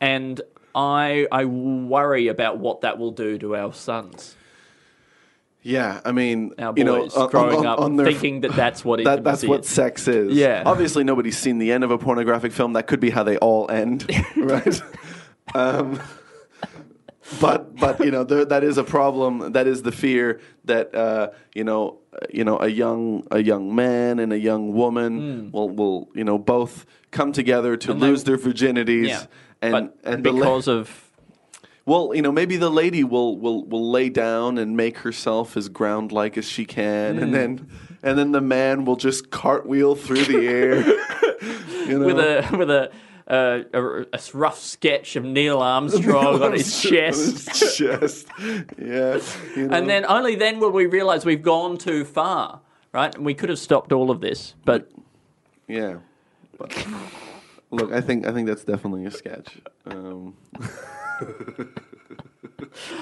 Speaker 3: and I I worry about what that will do to our sons,
Speaker 4: Yeah, I mean,
Speaker 3: our
Speaker 4: you know,
Speaker 3: boys,
Speaker 4: on- on-
Speaker 3: growing
Speaker 4: on-
Speaker 3: up
Speaker 4: on their-
Speaker 3: thinking that that's what
Speaker 4: that, that's
Speaker 3: intimacy
Speaker 4: what
Speaker 3: is.
Speaker 4: sex is.
Speaker 3: Yeah.
Speaker 4: Obviously, nobody's seen the end of a pornographic film. That could be how they all end,
Speaker 3: <laughs>
Speaker 4: right? um, but but you know there, that is a problem. That is the fear that uh, you know uh, you know a young a young man and a young woman will will you know both come together to
Speaker 3: Hmm. And they-
Speaker 4: lose their virginities
Speaker 3: Yeah,
Speaker 4: and
Speaker 3: but
Speaker 4: and the la-
Speaker 3: because of
Speaker 4: well, you know, maybe the lady will will will lay down and make herself as ground like as she can, and then
Speaker 3: Mm.
Speaker 4: and then the man will just cartwheel through the
Speaker 3: <laughs>
Speaker 4: air. you know?
Speaker 3: with
Speaker 4: <laughs>
Speaker 3: a <laughs> with a. Uh, a, a rough sketch of Neil Armstrong
Speaker 4: <laughs>
Speaker 3: on his chest,
Speaker 4: His chest. Yeah. you know.
Speaker 3: and then only then will we realise we've gone too far, right? And we could have stopped all of this, but
Speaker 4: yeah. But, look, I think I think that's definitely a sketch. Um,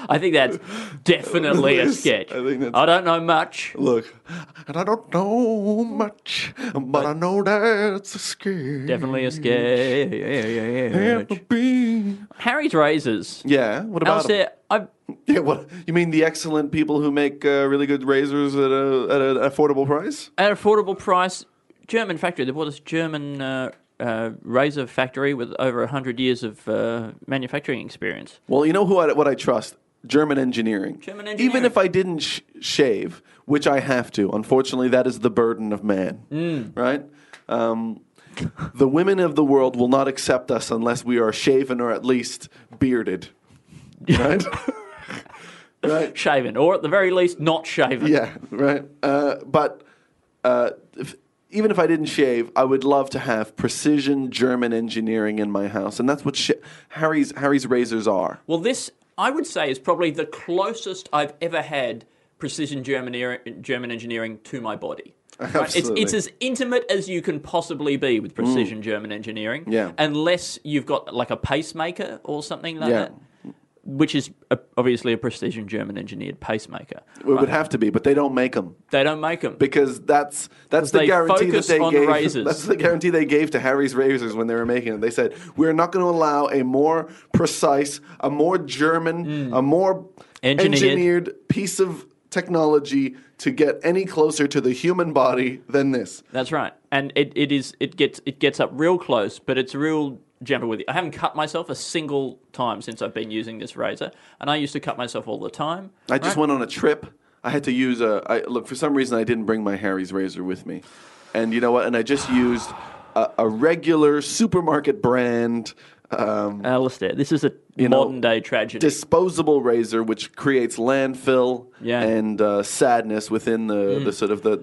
Speaker 3: I think
Speaker 4: <laughs>
Speaker 3: that's definitely a
Speaker 4: Yes,
Speaker 3: sketch.
Speaker 4: I think that's-
Speaker 3: I don't know much.
Speaker 4: look, and I don't know much, but I know that's a sketch.
Speaker 3: Definitely a sketch.
Speaker 4: Can't be.
Speaker 3: Harry's razors. uh,
Speaker 4: Yeah. What about him?
Speaker 3: Alistair, I
Speaker 4: <laughs> Yeah, what you mean? The excellent people who make uh, really good razors at a at an affordable price?
Speaker 3: at affordable price German factory. There was this German uh, uh, razor factory with over 100 years of uh, manufacturing experience.
Speaker 4: Well, you know who I, what I trust? German engineering.
Speaker 3: German
Speaker 4: Even
Speaker 3: engineering.
Speaker 4: if I didn't sh- shave, which I have to, unfortunately, that is the burden of man.
Speaker 3: Mm.
Speaker 4: Right? Um, the women of the world will not accept us unless we are shaven or at least
Speaker 3: <laughs>
Speaker 4: bearded. Right? right?
Speaker 3: Shaven, or at the very least, not shaven.
Speaker 4: Yeah, right. Uh, but uh, if, even if I didn't shave, I would love to have precision German engineering in my house, and that's what sh- Harry's Harry's razors are.
Speaker 3: Well, this I would say is probably the closest I've ever had precision German, er- German engineering to my
Speaker 4: <laughs>
Speaker 3: body. Right? It's,
Speaker 4: Absolutely. Mm.
Speaker 3: it's as intimate as you can possibly be with precision German engineering,
Speaker 4: Yeah.
Speaker 3: unless you've got like a pacemaker or something like
Speaker 4: Yeah.
Speaker 3: that, which is a, obviously a precision German engineered pacemaker.
Speaker 4: It would have to be, but they don't make them
Speaker 3: They don't make them.
Speaker 4: because that's that's the
Speaker 3: they
Speaker 4: guarantee that
Speaker 3: focus
Speaker 4: they
Speaker 3: on
Speaker 4: gave.
Speaker 3: razors.
Speaker 4: <laughs> That's the guarantee they gave to Harry's razors when they were making it. They said we're not going to allow a more precise, a more German, a more
Speaker 3: Mm. Engineered.
Speaker 4: engineered piece of technology to get any closer to the human body than this.
Speaker 3: That's right, and it, it is it gets it gets up real close, but it's a real gentle with you. I haven't cut myself a single time since I've been using this razor, and I used to cut myself all the time.
Speaker 4: I just went on a trip. I had to use a I, look. For some reason, I didn't bring my Harry's razor with me, and you know what? And I just used a, a regular supermarket brand um,
Speaker 3: Alistair, this is a
Speaker 4: know,
Speaker 3: modern day tragedy.
Speaker 4: disposable razor, which creates landfill
Speaker 3: Yeah. Hmm.
Speaker 4: and uh, sadness within the, the sort of the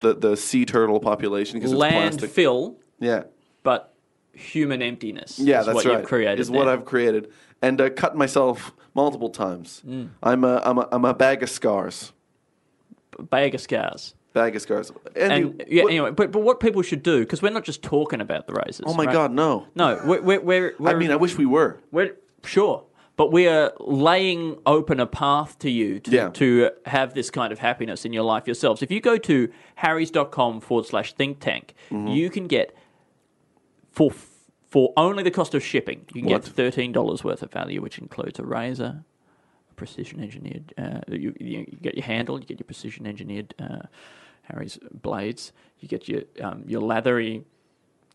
Speaker 4: the, the sea turtle population because it's plastic.
Speaker 3: Landfill,
Speaker 4: Yeah,
Speaker 3: but human emptiness.
Speaker 4: yeah,
Speaker 3: is
Speaker 4: that's
Speaker 3: what
Speaker 4: right.
Speaker 3: You've created
Speaker 4: is what
Speaker 3: there.
Speaker 4: I've created, and uh, cut myself multiple times.
Speaker 3: Hmm.
Speaker 4: I'm a I'm a I'm a bag of scars.
Speaker 3: bag of scars.
Speaker 4: Bag of scars.
Speaker 3: And yeah,
Speaker 4: what-
Speaker 3: anyway, but but what people should do because we're not just talking about the razors.
Speaker 4: Oh my
Speaker 3: right?
Speaker 4: God, no.
Speaker 3: no, we're we're, we're,
Speaker 4: I
Speaker 3: we're
Speaker 4: mean, I wish we were.
Speaker 3: We're sure, but we are laying open a path to you to,
Speaker 4: Yeah.
Speaker 3: to have this kind of happiness in your life yourselves. If you go to harrys.com forward slash think tank,
Speaker 4: Mm-hmm.
Speaker 3: you can get for for only the cost of shipping, you can
Speaker 4: What?
Speaker 3: get thirteen dollars worth of value, which includes a razor, a precision engineered. Uh, you, you, you get your handle, you get your precision engineered uh, Harry's blades, you get your um, your lathery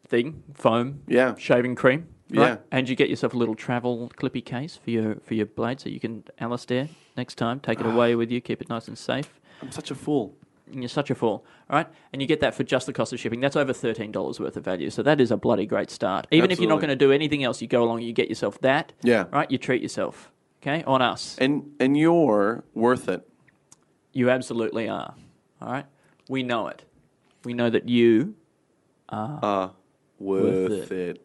Speaker 3: thing, foam,
Speaker 4: Yeah.
Speaker 3: shaving cream, right?
Speaker 4: Yeah.
Speaker 3: and you get yourself a little travel clippy case for your for your blade, so you can Alistair next time take
Speaker 4: Ah.
Speaker 3: it away with you, keep it nice and safe.
Speaker 4: I'm such a fool.
Speaker 3: And you're such a fool, all right? And you get that for just the cost of shipping. That's over thirteen dollars worth of value. So that is a bloody great start. Even if you're not
Speaker 4: Absolutely.
Speaker 3: going to do anything else, you go along, you get yourself that.
Speaker 4: Yeah.
Speaker 3: Right? You treat yourself. Okay? On us.
Speaker 4: And and you're worth it.
Speaker 3: You absolutely are. All right? We know it. We know that you
Speaker 4: Uh, Worth, it.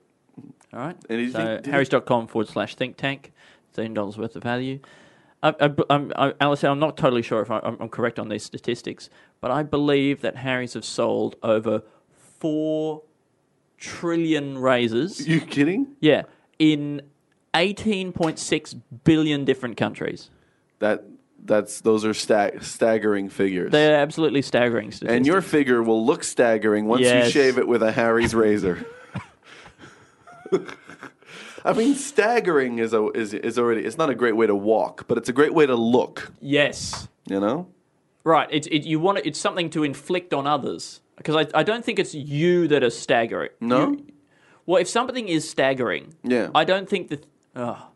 Speaker 3: all right.
Speaker 4: And you
Speaker 3: so
Speaker 4: think- did
Speaker 3: harrys.com forward slash think tank, thirteen dollars worth of value. I, I, I'm, I, Alistair, I'm not totally sure if I, I'm, I'm correct on these statistics, but I believe that Harry's have sold over four trillion razors.
Speaker 4: You kidding?
Speaker 3: Yeah, in 18.6 billion different countries.
Speaker 4: That that's those are stag- staggering figures.
Speaker 3: They're absolutely staggering statistics.
Speaker 4: and your figure will look staggering once you
Speaker 3: Yes.
Speaker 4: shave it with a Harry's <laughs> razor. I mean, staggering is a is is already. It's not a great way to walk, but it's a great way to look.
Speaker 3: yes,
Speaker 4: You know.
Speaker 3: right. It's it, you want it, it's something to inflict on others because I, I don't think it's you that are staggering.
Speaker 4: No.
Speaker 3: You- well, if something is staggering,
Speaker 4: Yeah.
Speaker 3: I don't think that. Oh,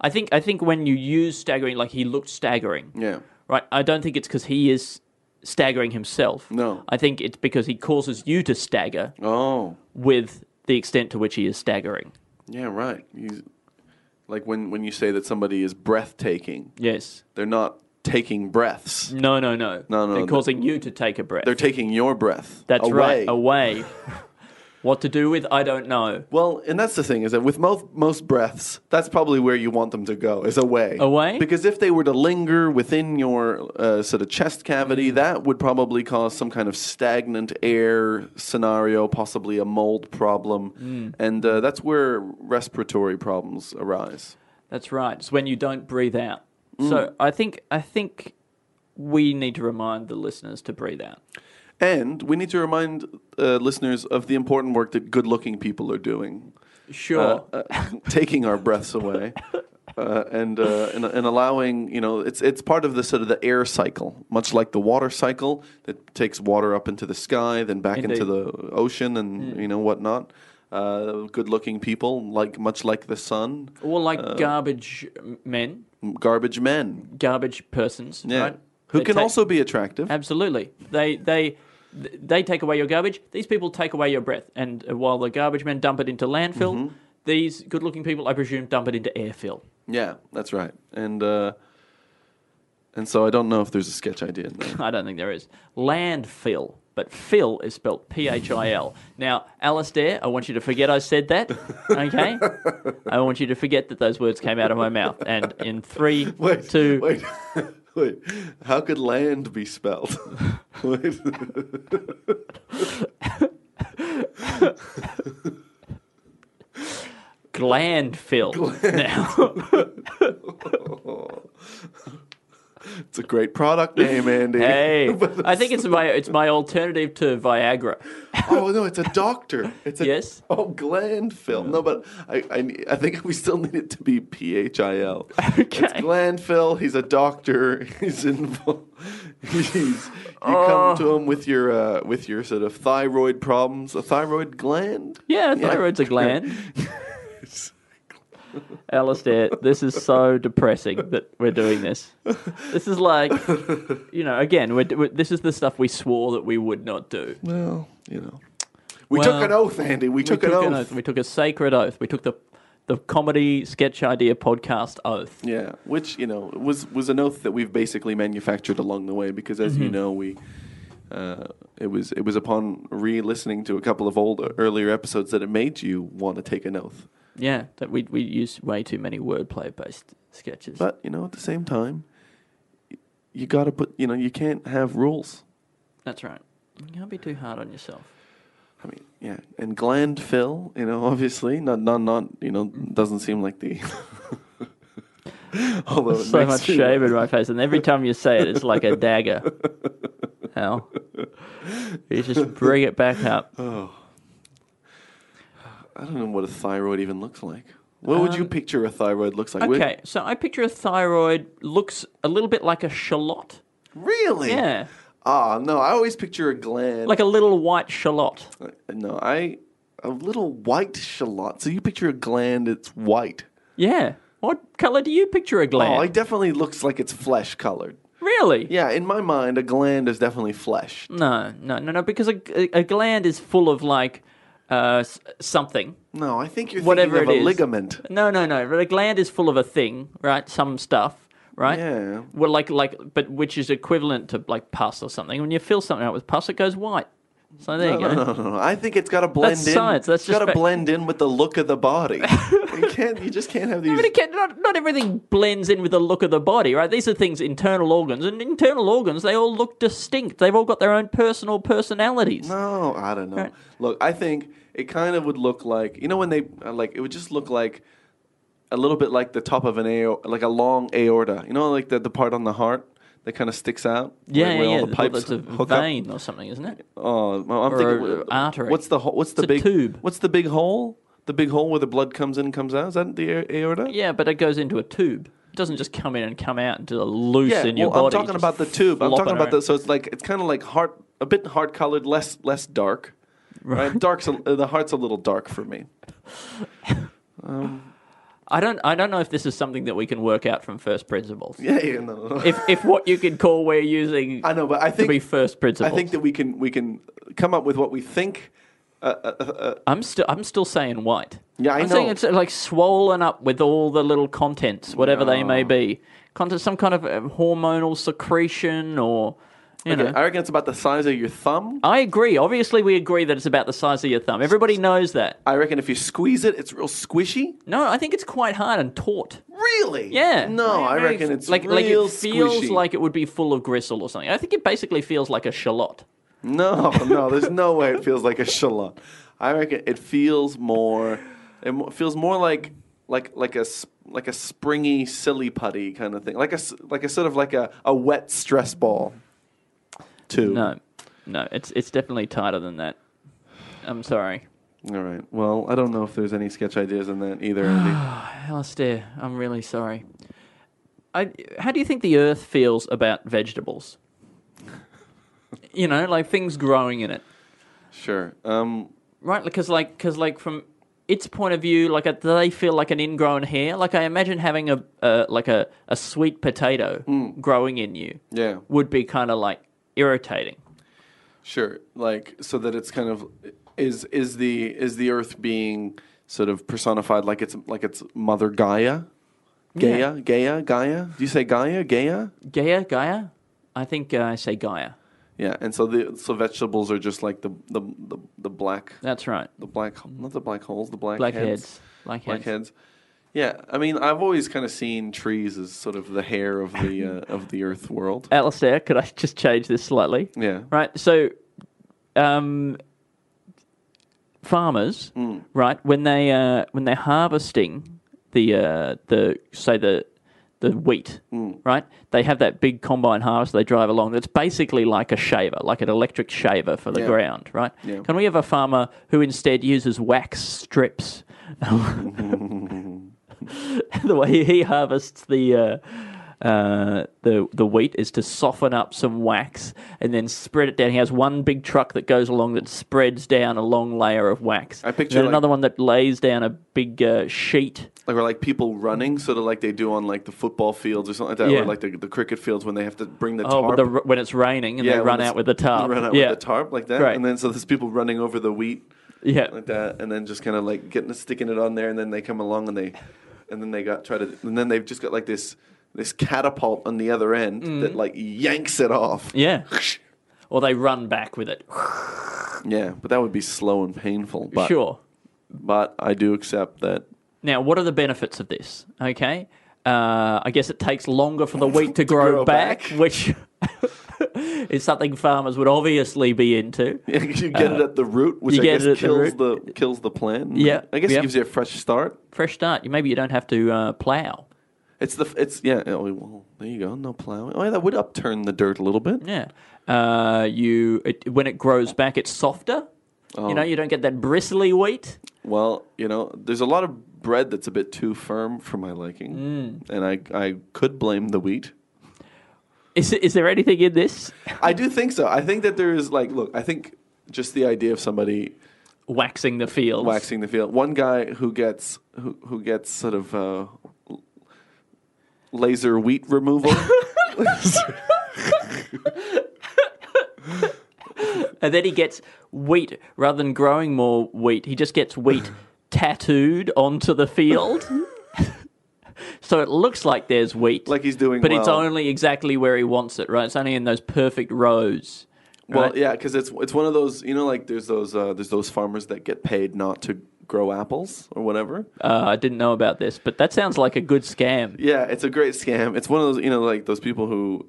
Speaker 3: I think I think when you use staggering, like he looked staggering.
Speaker 4: Yeah.
Speaker 3: Right. I don't think it's because he is staggering himself.
Speaker 4: No.
Speaker 3: I think it's because he causes you to stagger
Speaker 4: Oh.
Speaker 3: with the extent to which he is staggering.
Speaker 4: Yeah. Right. You, like when when you say that somebody is breathtaking,
Speaker 3: Yes.
Speaker 4: they're not taking breaths.
Speaker 3: No, no, no.
Speaker 4: No, no,
Speaker 3: They're
Speaker 4: no.
Speaker 3: causing you to take a breath.
Speaker 4: They're taking your breath.
Speaker 3: That's
Speaker 4: away.
Speaker 3: right. Away. <laughs> What to do with? I don't know.
Speaker 4: Well, and that's the thing is that with most most breaths, that's probably where you want them to go is away.
Speaker 3: Away?
Speaker 4: Because if they were to linger within your uh, sort of chest
Speaker 3: Mm.
Speaker 4: cavity, that would probably cause some kind of stagnant air scenario, possibly a mold
Speaker 3: Mm.
Speaker 4: problem, and uh, that's where respiratory problems arise.
Speaker 3: That's right. It's when you don't breathe out.
Speaker 4: Mm.
Speaker 3: So I think I think we need to remind the listeners to breathe out.
Speaker 4: Uh, And we need to remind uh, listeners of the important work that good-looking people are doing.
Speaker 3: Sure.
Speaker 4: uh, uh, <laughs> taking our breaths away uh, and, uh, and and allowing you know it's it's part of the sort of the air cycle, much like the water cycle that takes water up into the sky, then back into
Speaker 3: Indeed. Mm.
Speaker 4: the ocean and you know whatnot. Uh, good-looking people, like much like the sun,
Speaker 3: or like
Speaker 4: Uh,
Speaker 3: garbage men,
Speaker 4: garbage men,
Speaker 3: garbage persons,
Speaker 4: yeah,
Speaker 3: right?
Speaker 4: who
Speaker 3: They
Speaker 4: can
Speaker 3: take-
Speaker 4: also be attractive.
Speaker 3: Absolutely. They they th- they take away your garbage. These people take away your breath. And uh, while the garbage men dump it into landfill,
Speaker 4: Mm-hmm.
Speaker 3: these good-looking people, I presume, dump it into airfill. <laughs>
Speaker 4: yeah, that's right. And uh, and so I don't know if there's a sketch idea in there.
Speaker 3: I don't think there is landfill. But Phil is spelt P H I L. Now, Alistair, I want you to forget I said
Speaker 4: <laughs>
Speaker 3: that. Okay, I want you to forget that those words came out of my mouth. And in three, two,
Speaker 4: Wait, wait, <laughs> wait. How could land be spelled? <laughs> Wait.
Speaker 3: gland Phil. Now,
Speaker 4: It's a great product name, Andy.
Speaker 3: hey, I think it's my it's my alternative to Viagra.
Speaker 4: <laughs> Oh no, it's a doctor. It's a
Speaker 3: Yes?
Speaker 4: Oh, Glanville. No, but I, I, ne- I think we still need it to be P H I L. It's
Speaker 3: Okay.
Speaker 4: Glanville. He's a doctor. <laughs> He's involved. He's, you come to him with your uh, with your sort of thyroid problems, a thyroid gland.
Speaker 3: Yeah, thyroid's a
Speaker 4: <laughs>
Speaker 3: gland. Alistair, this is so depressing that we're doing this. This is like, you know, again, we're, we this is the stuff we swore that we would not do. We
Speaker 4: Well, you know, we
Speaker 3: Well,
Speaker 4: took an oath, Andy. We took, an, oath.
Speaker 3: We took a sacred oath. We took the the comedy sketch idea podcast oath.
Speaker 4: Yeah, which you know was was an oath that we've basically manufactured along the way because, as
Speaker 3: Mm-hmm.
Speaker 4: you know, we uh, it was it was upon re-listening to a couple of old earlier episodes that it made you want to take an oath.
Speaker 3: Yeah, that we we use way too many wordplay based sketches.
Speaker 4: But you know, at the same time, y- you got to put you know you can't have rules.
Speaker 3: That's right. You can't be too hard on yourself.
Speaker 4: I mean, yeah, and Gland Phil, you know, <laughs> obviously not not not you know doesn't seem like the. <laughs> Although it
Speaker 3: so
Speaker 4: makes
Speaker 3: much
Speaker 4: me-
Speaker 3: shame in my face, and every time you say it, it's like a
Speaker 4: <laughs>
Speaker 3: dagger. Hell, you just bring it back
Speaker 4: <laughs>
Speaker 3: up.
Speaker 4: I don't know what a thyroid even looks like. What would you picture a thyroid looks like? Would-
Speaker 3: Um, Okay, so I picture a thyroid looks a little bit like a shallot.
Speaker 4: Really?
Speaker 3: Yeah,
Speaker 4: Ah, no, I always picture a gland.
Speaker 3: like a little white shallot.
Speaker 4: no, I a little white shallot. So you picture a gland that's white.
Speaker 3: Yeah. What color do you picture a
Speaker 4: Oh,
Speaker 3: gland?
Speaker 4: it definitely looks like it's flesh colored.
Speaker 3: Really?
Speaker 4: Yeah, in my mind, a gland is definitely flesh.
Speaker 3: No, no, no, no. Because a, a gland is full of like uh, s- something.
Speaker 4: No, I think you're
Speaker 3: whatever
Speaker 4: thinking of
Speaker 3: it
Speaker 4: a
Speaker 3: is.
Speaker 4: ligament.
Speaker 3: No, no, no. But a gland is full of a thing, right? Some stuff, right?
Speaker 4: Yeah.
Speaker 3: Well, like, like, but which is equivalent to like pus or something. When you fill something out with pus, it goes white. So there you go.
Speaker 4: No, no, no. I think it's got to blend in.
Speaker 3: science, that's
Speaker 4: got to
Speaker 3: just fa-
Speaker 4: blend in with the look of
Speaker 3: <laughs>
Speaker 4: the body. you can't. You just can't have
Speaker 3: <laughs>
Speaker 4: these.
Speaker 3: But it can, not, not everything blends in with the look of the body, right? These are things internal organs, and internal organs they all look distinct. They've all got their own personal personalities.
Speaker 4: No, Oh, I don't know. Look, I think it kind of would look like you know when they uh, like it would just look like a little bit like the top of an aor like a long aorta. You know, like the the part on the heart that kind of sticks out.
Speaker 3: Yeah,
Speaker 4: where,
Speaker 3: yeah,
Speaker 4: where
Speaker 3: yeah.
Speaker 4: All the pipes
Speaker 3: well, it's a
Speaker 4: hook
Speaker 3: vein or something, isn't it?
Speaker 4: Up. Oh, well, I'm
Speaker 3: Or
Speaker 4: thinking
Speaker 3: a-
Speaker 4: uh,
Speaker 3: artery.
Speaker 4: What's the ho- what's the
Speaker 3: It's a
Speaker 4: big
Speaker 3: tube.
Speaker 4: What's the big hole? The big hole where the blood comes in and comes out. Is that the a- aorta?
Speaker 3: Yeah, but it goes into a tube. It doesn't just come in and come out into the loose
Speaker 4: Yeah,
Speaker 3: in your
Speaker 4: well,
Speaker 3: body.
Speaker 4: I'm talking
Speaker 3: just
Speaker 4: about the tube. I'm talking
Speaker 3: flopping
Speaker 4: about
Speaker 3: around.
Speaker 4: the so it's like it's kind of like heart, a bit heart colored, less less dark. Right, dark's a, uh, the heart's a little dark for me.
Speaker 3: I don't. I don't know if this is something that we can work out from first principles.
Speaker 4: Yeah, yeah, no, no, no.
Speaker 3: If if what you could call we're using
Speaker 4: I know, but I
Speaker 3: to be
Speaker 4: think
Speaker 3: first
Speaker 4: I
Speaker 3: principles.
Speaker 4: think that we can we can come up with what we think.
Speaker 3: I'm still I'm still saying white.
Speaker 4: Yeah, I
Speaker 3: am saying
Speaker 4: know.
Speaker 3: it's uh, like swollen up with all the little contents, whatever they may be. Content, some kind of uh, hormonal secretion or You
Speaker 4: Okay,
Speaker 3: know.
Speaker 4: I reckon it's about the size of your thumb.
Speaker 3: I agree. Obviously, we agree that it's about the size of your thumb. Everybody knows that.
Speaker 4: I reckon if you squeeze it, it's real squishy.
Speaker 3: No, I think it's quite hard and taut.
Speaker 4: Really?
Speaker 3: Yeah.
Speaker 4: No, I reckon it's
Speaker 3: like
Speaker 4: real
Speaker 3: like it feels
Speaker 4: squishy.
Speaker 3: like it would be full of gristle or something. I think it basically feels like a shallot.
Speaker 4: No, no, there's no way it feels like a shallot. I reckon it feels more. It mo- feels more like like like a s- like a springy silly putty kind of thing, like a s- like a sort of like a, a wet stress ball. Too.
Speaker 3: No, no, it's it's definitely tighter than that. I'm sorry,
Speaker 4: All right. Well, I don't know if there's any sketch ideas in that either, <gasps> Andy.
Speaker 3: Alistair. I'm really sorry. I, how do you think the Earth feels about vegetables? <laughs> You know, like things growing in it,
Speaker 4: sure. Um.
Speaker 3: right? Because like, because like from its point of view, like, uh, do they feel like an ingrown hair? Like, I imagine having a, a like a, a sweet potato
Speaker 4: Hmm.
Speaker 3: growing in you
Speaker 4: Yeah.
Speaker 3: would be kind of like irritating.
Speaker 4: Sure. Like so that it's kind of is is the is the earth being sort of personified like it's like it's mother Gaia? Gaia, Gaia, Gaia. Do you say Gaia, Gaia?
Speaker 3: Gaia, Gaia. I think uh, I say Gaia.
Speaker 4: Yeah, and so the so vegetables are just like the the the, the black
Speaker 3: That's right.
Speaker 4: the black not the black holes, the black
Speaker 3: Black heads.
Speaker 4: heads.
Speaker 3: Black heads.
Speaker 4: Black heads. Yeah, I mean, I've always kind of seen trees as sort of the hair of the uh, of the earth world.
Speaker 3: Alistair, could I just change this slightly?
Speaker 4: Yeah.
Speaker 3: Right. So, um, farmers,
Speaker 4: Hmm.
Speaker 3: right, when they uh, when they're harvesting the uh, the say the the wheat,
Speaker 4: Hmm.
Speaker 3: right? They have that big combine harvester they drive along. That's basically like a shaver, like an electric shaver for the
Speaker 4: Yeah.
Speaker 3: ground, right?
Speaker 4: Yeah.
Speaker 3: Can we have a farmer who instead uses wax strips? <laughs> the way he harvests the uh, uh, the the wheat is to soften up some wax and then spread it down. He has one big truck that goes along that spreads down a long layer of wax.
Speaker 4: I
Speaker 3: And
Speaker 4: picture
Speaker 3: then
Speaker 4: like-
Speaker 3: another one that lays down a big uh, sheet.
Speaker 4: Like or like people running, sort of like they do on like the football fields or something like that,
Speaker 3: Yeah.
Speaker 4: or like the, the cricket fields when they have to bring the
Speaker 3: Oh,
Speaker 4: tarp.
Speaker 3: with the, when it's raining and
Speaker 4: Yeah,
Speaker 3: they
Speaker 4: when
Speaker 3: run
Speaker 4: it's-
Speaker 3: out with the tarp.
Speaker 4: they Run out
Speaker 3: yeah.
Speaker 4: with the tarp like that,
Speaker 3: Right.
Speaker 4: and then so there's people running over the wheat
Speaker 3: Yeah.
Speaker 4: like that, and then just kind of like getting sticking it on there, and then they come along and they, and then they got try to, and then they've just got like this this catapult on the other end that like yanks it off.
Speaker 3: Mm. Yeah. Or they run back with it.
Speaker 4: Yeah, but that would be slow and painful. But,
Speaker 3: sure.
Speaker 4: but I do accept that. <laughs>
Speaker 3: Now, what are the benefits of this? Okay. Uh, I guess it takes longer for the wheat <laughs> to grow,
Speaker 4: grow
Speaker 3: back,
Speaker 4: back.
Speaker 3: which <laughs> is something farmers would obviously be into.
Speaker 4: you get it at the root, which
Speaker 3: Uh, you
Speaker 4: I
Speaker 3: get
Speaker 4: guess
Speaker 3: it at the
Speaker 4: kills the,
Speaker 3: root.
Speaker 4: kills the plant.
Speaker 3: Yeah,
Speaker 4: I guess
Speaker 3: yeah.
Speaker 4: it gives you a fresh start.
Speaker 3: Fresh start. You Maybe you don't have to uh, plow.
Speaker 4: It's the f- it's yeah. Oh, well, there you go. No plowing. Oh, yeah, that would upturn the dirt a little bit.
Speaker 3: Yeah. Uh, you it, when it grows back, it's softer. You know, you don't get that bristly wheat.
Speaker 4: Well, you know, there's a lot of bread that's a bit too firm for my liking,
Speaker 3: Mm.
Speaker 4: and I I could blame the wheat.
Speaker 3: Is is there anything in this?
Speaker 4: I do think so. I think that there is like, look, I think just the idea of somebody
Speaker 3: Waxing the fields.
Speaker 4: waxing the field. One guy who gets who who gets sort of uh, l- laser wheat
Speaker 3: <laughs>
Speaker 4: removal.
Speaker 3: And then Uh, he gets wheat rather than growing more wheat. He just gets
Speaker 4: <laughs>
Speaker 3: wheat tattooed onto the field. so it looks like there's wheat.
Speaker 4: Like he's doing
Speaker 3: But it's
Speaker 4: well.
Speaker 3: only exactly where he wants it, right? It's only in those perfect rows.
Speaker 4: well,
Speaker 3: right?
Speaker 4: yeah, because it's it's one of those you know like there's those uh, there's those farmers that get paid not to grow apples or whatever.
Speaker 3: Uh, I didn't know about this, but that sounds like a good scam.
Speaker 4: Yeah, it's a great scam. It's one of those, you know, like those people who,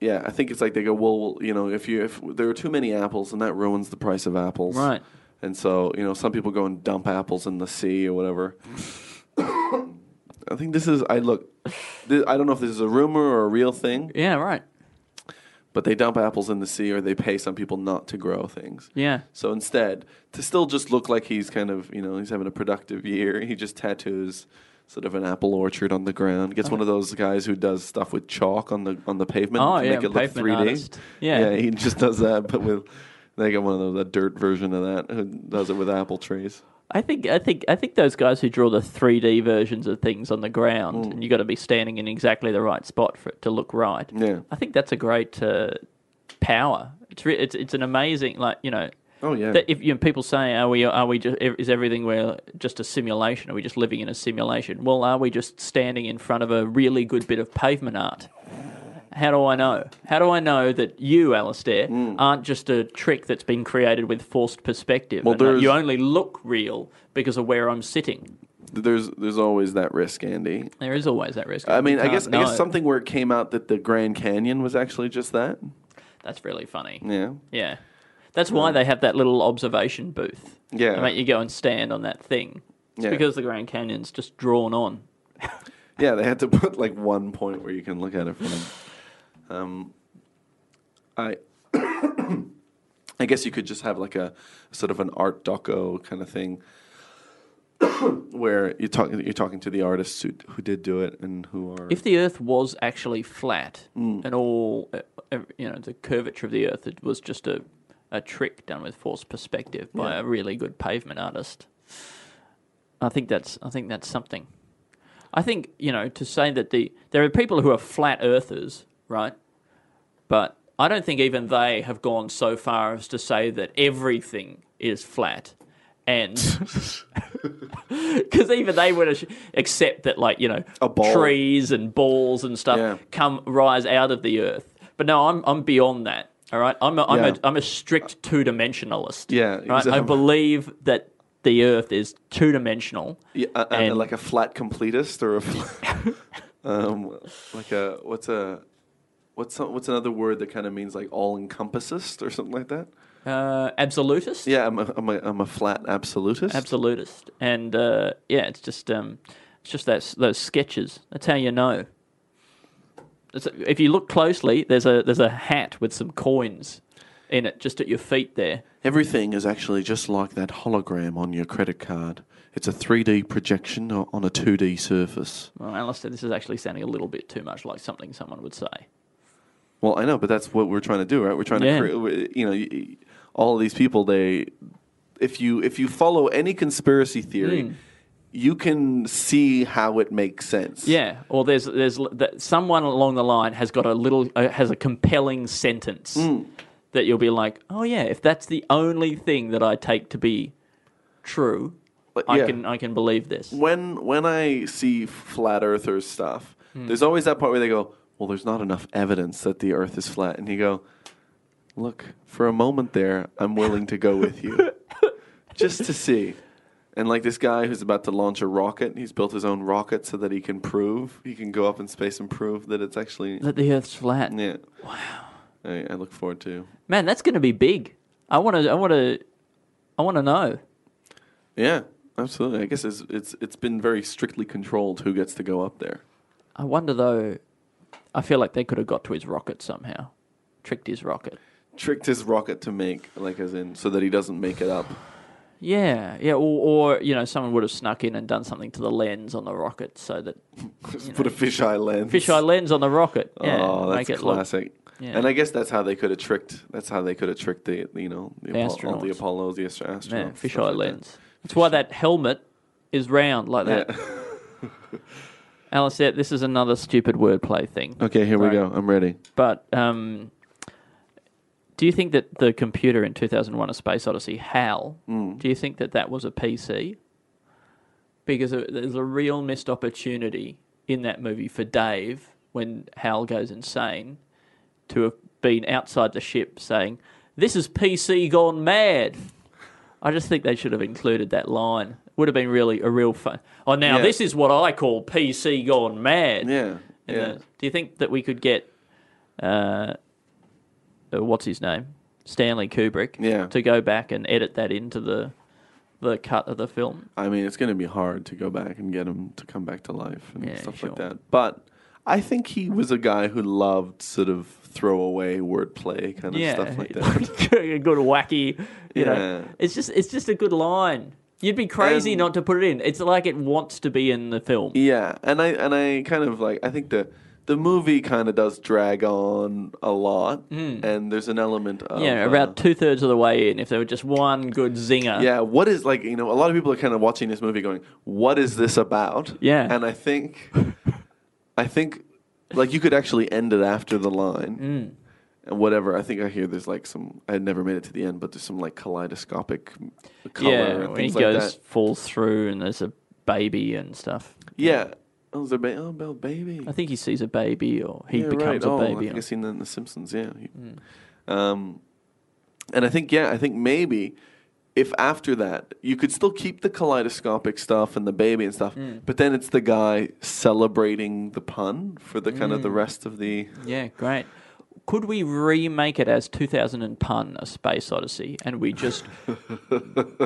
Speaker 4: yeah, I think it's like they go, well, you know, if you if there are too many apples, and that ruins the price of apples,
Speaker 3: Right.
Speaker 4: And so, you know, some people go and dump apples in the sea or whatever. I think this is. I look. This, I don't know if this is a rumor or a real thing,
Speaker 3: Yeah, right.
Speaker 4: but they dump apples in the sea, or they pay some people not to grow things.
Speaker 3: Yeah.
Speaker 4: So instead, to still just look like he's kind of, you know, he's having a productive year, he just tattoos sort of an apple orchard on the ground. Gets one of those guys who does stuff with chalk on the on the pavement
Speaker 3: Oh,
Speaker 4: to
Speaker 3: yeah,
Speaker 4: make it look
Speaker 3: pavement
Speaker 4: three D.
Speaker 3: artist. Yeah.
Speaker 4: he just does that, but with they got one of those a dirt version of that who does it with apple trees.
Speaker 3: I think I think I think those guys who draw the 3D versions of things on the ground
Speaker 4: Hmm.
Speaker 3: and you got to be standing in exactly the right spot for it to look right.
Speaker 4: Yeah.
Speaker 3: I think that's a great uh, power. It's re- it's it's an amazing like you know.
Speaker 4: Oh, yeah.
Speaker 3: That if you know, people say are we are we just is everything we're just a simulation? Are we just living in a simulation? Well, are we just standing in front of a really good bit of pavement art? How do I know? How do I know that you, Alistair,
Speaker 4: Hmm.
Speaker 3: aren't just a trick that's been created with forced perspective?
Speaker 4: Well,
Speaker 3: and that
Speaker 4: there's-
Speaker 3: you only look real because of where I'm sitting.
Speaker 4: There's there's always that risk, Andy.
Speaker 3: There is always that risk.
Speaker 4: I
Speaker 3: You
Speaker 4: mean, I
Speaker 3: can't
Speaker 4: guess I
Speaker 3: know.
Speaker 4: guess something where it came out that the Grand Canyon was actually just that.
Speaker 3: That's really funny.
Speaker 4: Yeah.
Speaker 3: Yeah. That's why they have that little observation booth.
Speaker 4: Yeah.
Speaker 3: They make you go and stand on that thing. It's
Speaker 4: Yeah.
Speaker 3: because the Grand Canyon's just drawn on.
Speaker 4: Yeah, they had to put like one point where you can look at it from. Um, I, <coughs> I guess you could just have like a sort of an art doco kind of thing, <coughs> where you're talking you're talking to the artists who who did do it and who are.
Speaker 3: If the Earth was actually flat
Speaker 4: Mm.
Speaker 3: and all, uh, uh, you know, the curvature of the Earth it was just a, a trick done with forced perspective by a really good pavement artist, I think that's I think that's something. I think you know to say that the there are people who are flat earthers, right? But I don't think even they have gone so far as to say that everything is flat,
Speaker 4: <laughs>
Speaker 3: and <laughs> because even they would ac- accept that, like you know,
Speaker 4: A ball.
Speaker 3: trees and balls and stuff
Speaker 4: Yeah.
Speaker 3: come rise out of the earth. But no, I'm I'm beyond that. All right, I'm a, I'm
Speaker 4: Yeah.
Speaker 3: a I'm a strict two dimensionalist.
Speaker 4: Yeah,
Speaker 3: right. I
Speaker 4: exactly.
Speaker 3: believe that the Earth is two dimensional.
Speaker 4: Yeah, uh, uh,
Speaker 3: and-
Speaker 4: like a flat completist or a,
Speaker 3: <laughs>
Speaker 4: fl- um, like a what's a what's some, what's another word that kind of means like all encompassist or something like that?
Speaker 3: Uh, absolutist.
Speaker 4: Yeah, I'm a, I'm a, I'm a flat absolutist.
Speaker 3: absolutist, and uh, yeah, it's just um, it's just that those sketches. That's how you know. It's, if you look closely, there's a there's a hat with some coins in it, just at your feet there.
Speaker 4: Everything is actually just like that hologram on your credit card. It's a 3D projection o- on a 2D surface.
Speaker 3: Well, Alistair, this is actually sounding a little bit too much like something someone would say.
Speaker 4: Well, I know, but that's what we're trying to do, right? We're trying
Speaker 3: Yeah.
Speaker 4: to create, you know, y- y- all these people. They, if you if you follow any conspiracy theory, you can see how it makes sense.
Speaker 3: Yeah, or there's there's l- that someone along the line has got a little uh, has a compelling sentence
Speaker 4: Hmm.
Speaker 3: that you'll be like, oh yeah, if that's the only thing that I take to be true,
Speaker 4: But
Speaker 3: I
Speaker 4: yeah.
Speaker 3: can I can believe this.
Speaker 4: When when I see flat earthers stuff, there's always that part where they go, "Well, there's not enough evidence that the Earth is flat," and you go, "Look, for a moment there, I'm willing to go with you, just to see." And like this guy who's about to launch a rocket, he's built his own rocket so that he can prove he can go up in space and prove that it's actually <laughs>
Speaker 3: That the Earth's flat.
Speaker 4: yeah. Wow. I, I look forward to
Speaker 3: Man, that's going to be big. I want to I want to I want to know.
Speaker 4: yeah, absolutely. I guess it's it's it's been very strictly controlled who gets to go up there.
Speaker 3: I wonder though. I feel like they could have got to his rocket somehow, tricked his rocket.
Speaker 4: tricked his rocket to make like as in so that he doesn't make it up.
Speaker 3: Yeah, yeah, or, or you know, someone would have snuck in and done something to the lens on the rocket so that
Speaker 4: Just put a fisheye lens.
Speaker 3: fisheye lens on the rocket. Yeah,
Speaker 4: oh, that's
Speaker 3: make it look-
Speaker 4: classic.
Speaker 3: yeah.
Speaker 4: And I guess that's how they could have tricked. That's how they could have tricked the you know the,
Speaker 3: The
Speaker 4: Apollo, all the
Speaker 3: astronauts.
Speaker 4: Apollos, the astra- astronauts,
Speaker 3: yeah,
Speaker 4: stuff
Speaker 3: fisheye
Speaker 4: like that.
Speaker 3: lens. That's why that helmet is round like that. Alice, this is another stupid wordplay thing.
Speaker 4: <laughs> Okay, here we
Speaker 3: Sorry.
Speaker 4: go. I'm ready.
Speaker 3: But um, do you think that the computer in 2001 A Space Odyssey, HAL,
Speaker 4: Mm.
Speaker 3: do you think that that was a PC? Because there- there's a real missed opportunity in that movie for Dave when HAL goes insane to have been outside the ship saying, This is PC gone mad. I just think they should have included that line. Would have been really a real fun. Oh, now
Speaker 4: Yeah.
Speaker 3: this is what I call PC gone mad.
Speaker 4: Yeah,
Speaker 3: In
Speaker 4: yeah.
Speaker 3: the- do you think that we could get, uh, uh, what's his name, Stanley Kubrick,
Speaker 4: Yeah.
Speaker 3: to go back and edit that into the the cut of the film?
Speaker 4: I mean, it's going to be hard to go back and get him to come back to life and
Speaker 3: Yeah,
Speaker 4: stuff
Speaker 3: sure.
Speaker 4: like that. But I think he was a guy who loved sort of throwaway wordplay kind of
Speaker 3: <laughs>
Speaker 4: stuff like that. <laughs>
Speaker 3: a good wacky. You know,
Speaker 4: Yeah.
Speaker 3: it's just it's just a good line. You'd be crazy
Speaker 4: And-
Speaker 3: not to put it in. It's like it wants to be in the film.
Speaker 4: Yeah, and I and I kind of like I think the the movie kind of does drag on a lot, and there's an element of
Speaker 3: Hmm. Yeah,
Speaker 4: uh,
Speaker 3: about uh, two thirds of the way in, if there were just one good zinger.
Speaker 4: yeah, what is like you know a lot of people are kind of watching this movie going, what is this about?
Speaker 3: Yeah.
Speaker 4: and I think I think like you could actually end it after the line.
Speaker 3: Hmm.
Speaker 4: And whatever, I think I hear there's like some. I never made it to the end, but there's some like kaleidoscopic color
Speaker 3: yeah.
Speaker 4: and
Speaker 3: When he
Speaker 4: things
Speaker 3: goes
Speaker 4: like that.
Speaker 3: falls through and there's a baby and stuff.
Speaker 4: Yeah, Oh, there's a ba- oh, Bell Baby.
Speaker 3: I think he sees a baby or he
Speaker 4: Yeah,
Speaker 3: becomes a
Speaker 4: oh, I
Speaker 3: baby. Hmm.
Speaker 4: think I've seen that in The Simpsons. Yeah. He- Um, and I think yeah, I think maybe if after that you could still keep the kaleidoscopic stuff and the baby and stuff,
Speaker 3: Hmm.
Speaker 4: but then it's the guy celebrating the pun for the kind of
Speaker 3: Hmm.
Speaker 4: the rest of the.
Speaker 3: yeah, great. Could we remake it as 2000 and Pun, A Space Odyssey, and we just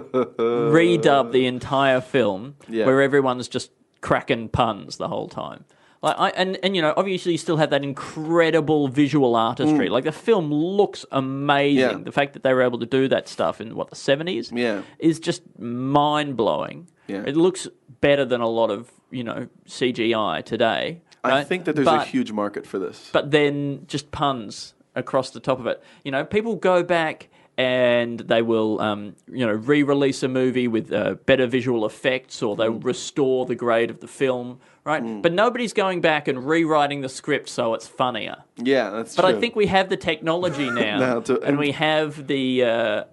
Speaker 3: redub the entire film
Speaker 4: Yeah.
Speaker 3: where everyone's just cracking puns the whole time? Like I, and, and, you know, obviously you still have that incredible visual artistry. Like the film looks amazing.
Speaker 4: Mm. Yeah.
Speaker 3: The fact that they were able to do that stuff in, what, the 70s?
Speaker 4: Yeah.
Speaker 3: is just mind blowing.
Speaker 4: Yeah.
Speaker 3: It looks better than a lot of you know CGI today.
Speaker 4: I
Speaker 3: right?
Speaker 4: think that there's a
Speaker 3: But-
Speaker 4: huge market for this.
Speaker 3: But then just puns across the top of it. You know, people go back and they will um, you know re-release a movie with uh, better visual effects, or
Speaker 4: Mm.
Speaker 3: they'll restore the grade of the film. Right, but nobody's going back and rewriting the script so it's funnier.
Speaker 4: yeah, that's
Speaker 3: But
Speaker 4: true.
Speaker 3: I think we have the technology
Speaker 4: <laughs>
Speaker 3: now,
Speaker 4: Now to-
Speaker 3: and, we have the uh,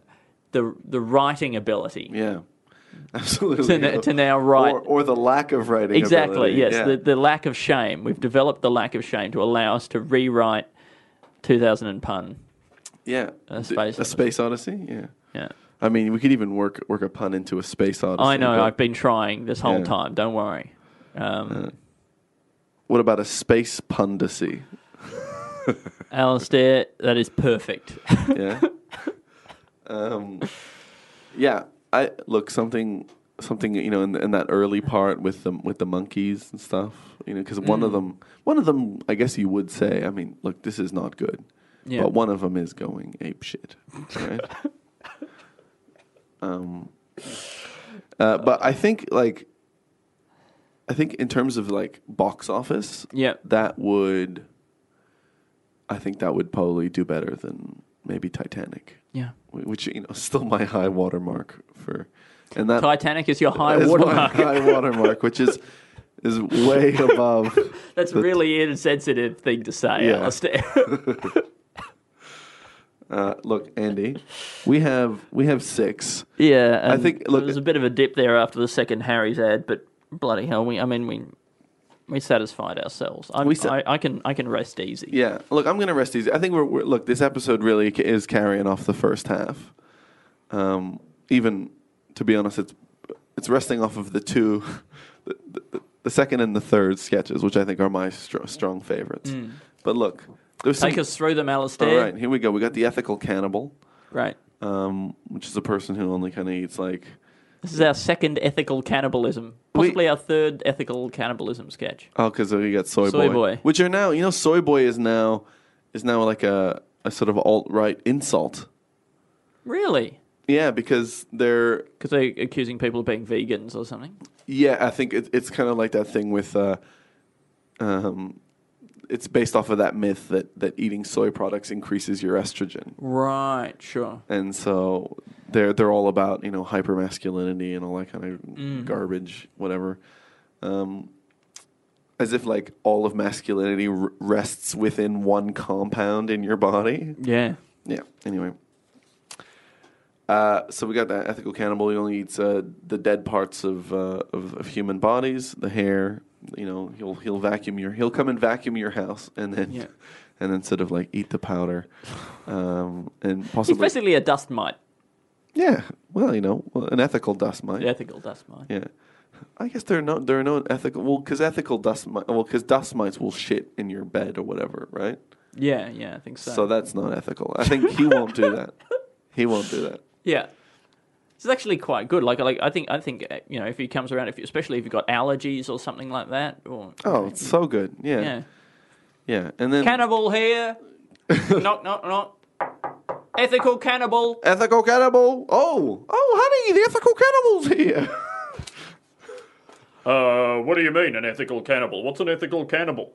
Speaker 3: the the writing ability.
Speaker 4: yeah, <laughs> absolutely.
Speaker 3: To- to now write-
Speaker 4: or, or the lack of writing.
Speaker 3: Exactly.
Speaker 4: ability,
Speaker 3: Yes,
Speaker 4: yeah.
Speaker 3: the the lack of shame. We've developed the lack of shame to allow us to rewrite 2000 and pun.
Speaker 4: yeah,
Speaker 3: a space
Speaker 4: a space odyssey. Yeah,
Speaker 3: Yeah,
Speaker 4: I mean, we could even work work a pun into a space odyssey.
Speaker 3: I know.
Speaker 4: but-
Speaker 3: I've been trying this whole
Speaker 4: Yeah.
Speaker 3: time. Don't worry. Um,
Speaker 4: What about a space pundacy?
Speaker 3: Alistair, that is perfect. <laughs>
Speaker 4: Yeah. um, yeah. I look something something you know in, in that early part with the with the monkeys and stuff. You know, because
Speaker 3: Mm.
Speaker 4: one of them one of them I guess you would say. I mean, look, this is not good.
Speaker 3: Yeah.
Speaker 4: But one of them is going ape shit. Right. um. Uh, but I think like. I think in terms of like box office,
Speaker 3: Yeah.
Speaker 4: that would I think that would probably do better than maybe Titanic,
Speaker 3: yeah.
Speaker 4: wh- which you know is still my high watermark for, and that
Speaker 3: Titanic is your high
Speaker 4: is
Speaker 3: watermark.
Speaker 4: <laughs> my high watermark, which is is way above.
Speaker 3: That's a really insensitive thing to say,
Speaker 4: Yeah.
Speaker 3: Alistair. <laughs>
Speaker 4: Uh, look, Andy, we have we have six.
Speaker 3: yeah, and
Speaker 4: think- look-
Speaker 3: there was Um, a bit of a dip there after the second Harry's ad, but bloody hell, we I mean we we satisfied ourselves. I'm,
Speaker 4: We sa-
Speaker 3: I, I can I can rest easy.
Speaker 4: Yeah, look, I'm gonna rest easy. I think we're, we're look. This episode really ca- is carrying off the first half. Um, even to be honest, it's it's resting off of the two, <laughs> the, the, the second and the third sketches, which I think are my str- strong favorites. But look, there's
Speaker 3: Take
Speaker 4: some,
Speaker 3: us through them,
Speaker 4: All
Speaker 3: Alistair.
Speaker 4: right, here we go. We got the ethical cannibal,
Speaker 3: Right.
Speaker 4: um, which is a person who only kind of eats like
Speaker 3: This is our second ethical cannibalism, possibly our third ethical cannibalism sketch.
Speaker 4: oh, because we got soy,
Speaker 3: Soy Boy.
Speaker 4: which are now you know soy boy is now is now like a a sort of alt right insult.
Speaker 3: Really?
Speaker 4: Yeah, because they're
Speaker 3: Because they're accusing people of being vegans or something.
Speaker 4: Yeah, I think it, it's kind of like that thing with, uh, um, it's based off of that myth that that eating soy products increases your estrogen,
Speaker 3: Right. Sure.
Speaker 4: and so they're they're all about you know hypermasculinity and all that kind of garbage, whatever. Um, as if like all of masculinity r- rests within one compound in your body.
Speaker 3: Yeah.
Speaker 4: Yeah. Anyway. Uh, so we got that ethical cannibal. He only eats uh, the dead parts of, uh, of of human bodies, the hair. You know, he'll he'll vacuum your he'll come and vacuum your house, and then
Speaker 3: Yeah.
Speaker 4: <laughs> and then sort of like eat the powder, um, and
Speaker 3: He's
Speaker 4: possibly
Speaker 3: basically a dust mite,
Speaker 4: yeah. Well, you know, well, an ethical dust mite.
Speaker 3: the ethical dust mite.
Speaker 4: Yeah. I guess there are no there are no ethical well because ethical dust mite well because dust mites will shit in your bed or whatever right
Speaker 3: Yeah. Yeah. I think so.
Speaker 4: so that's not ethical I think he won't do that he won't do that
Speaker 3: yeah. This is actually quite good. Like, like I think, I think uh, you know, if he comes around, if you, especially if you've got allergies or something like that, or
Speaker 4: Oh, it's so good. Yeah.
Speaker 3: yeah,
Speaker 4: Yeah. And then
Speaker 3: cannibal here,
Speaker 4: <laughs>
Speaker 3: knock, knock, knock, ethical cannibal.
Speaker 4: ethical cannibal. Oh, oh, honey, the ethical cannibal's here. <laughs>
Speaker 5: Uh, what do you mean, an ethical cannibal? What's an ethical cannibal?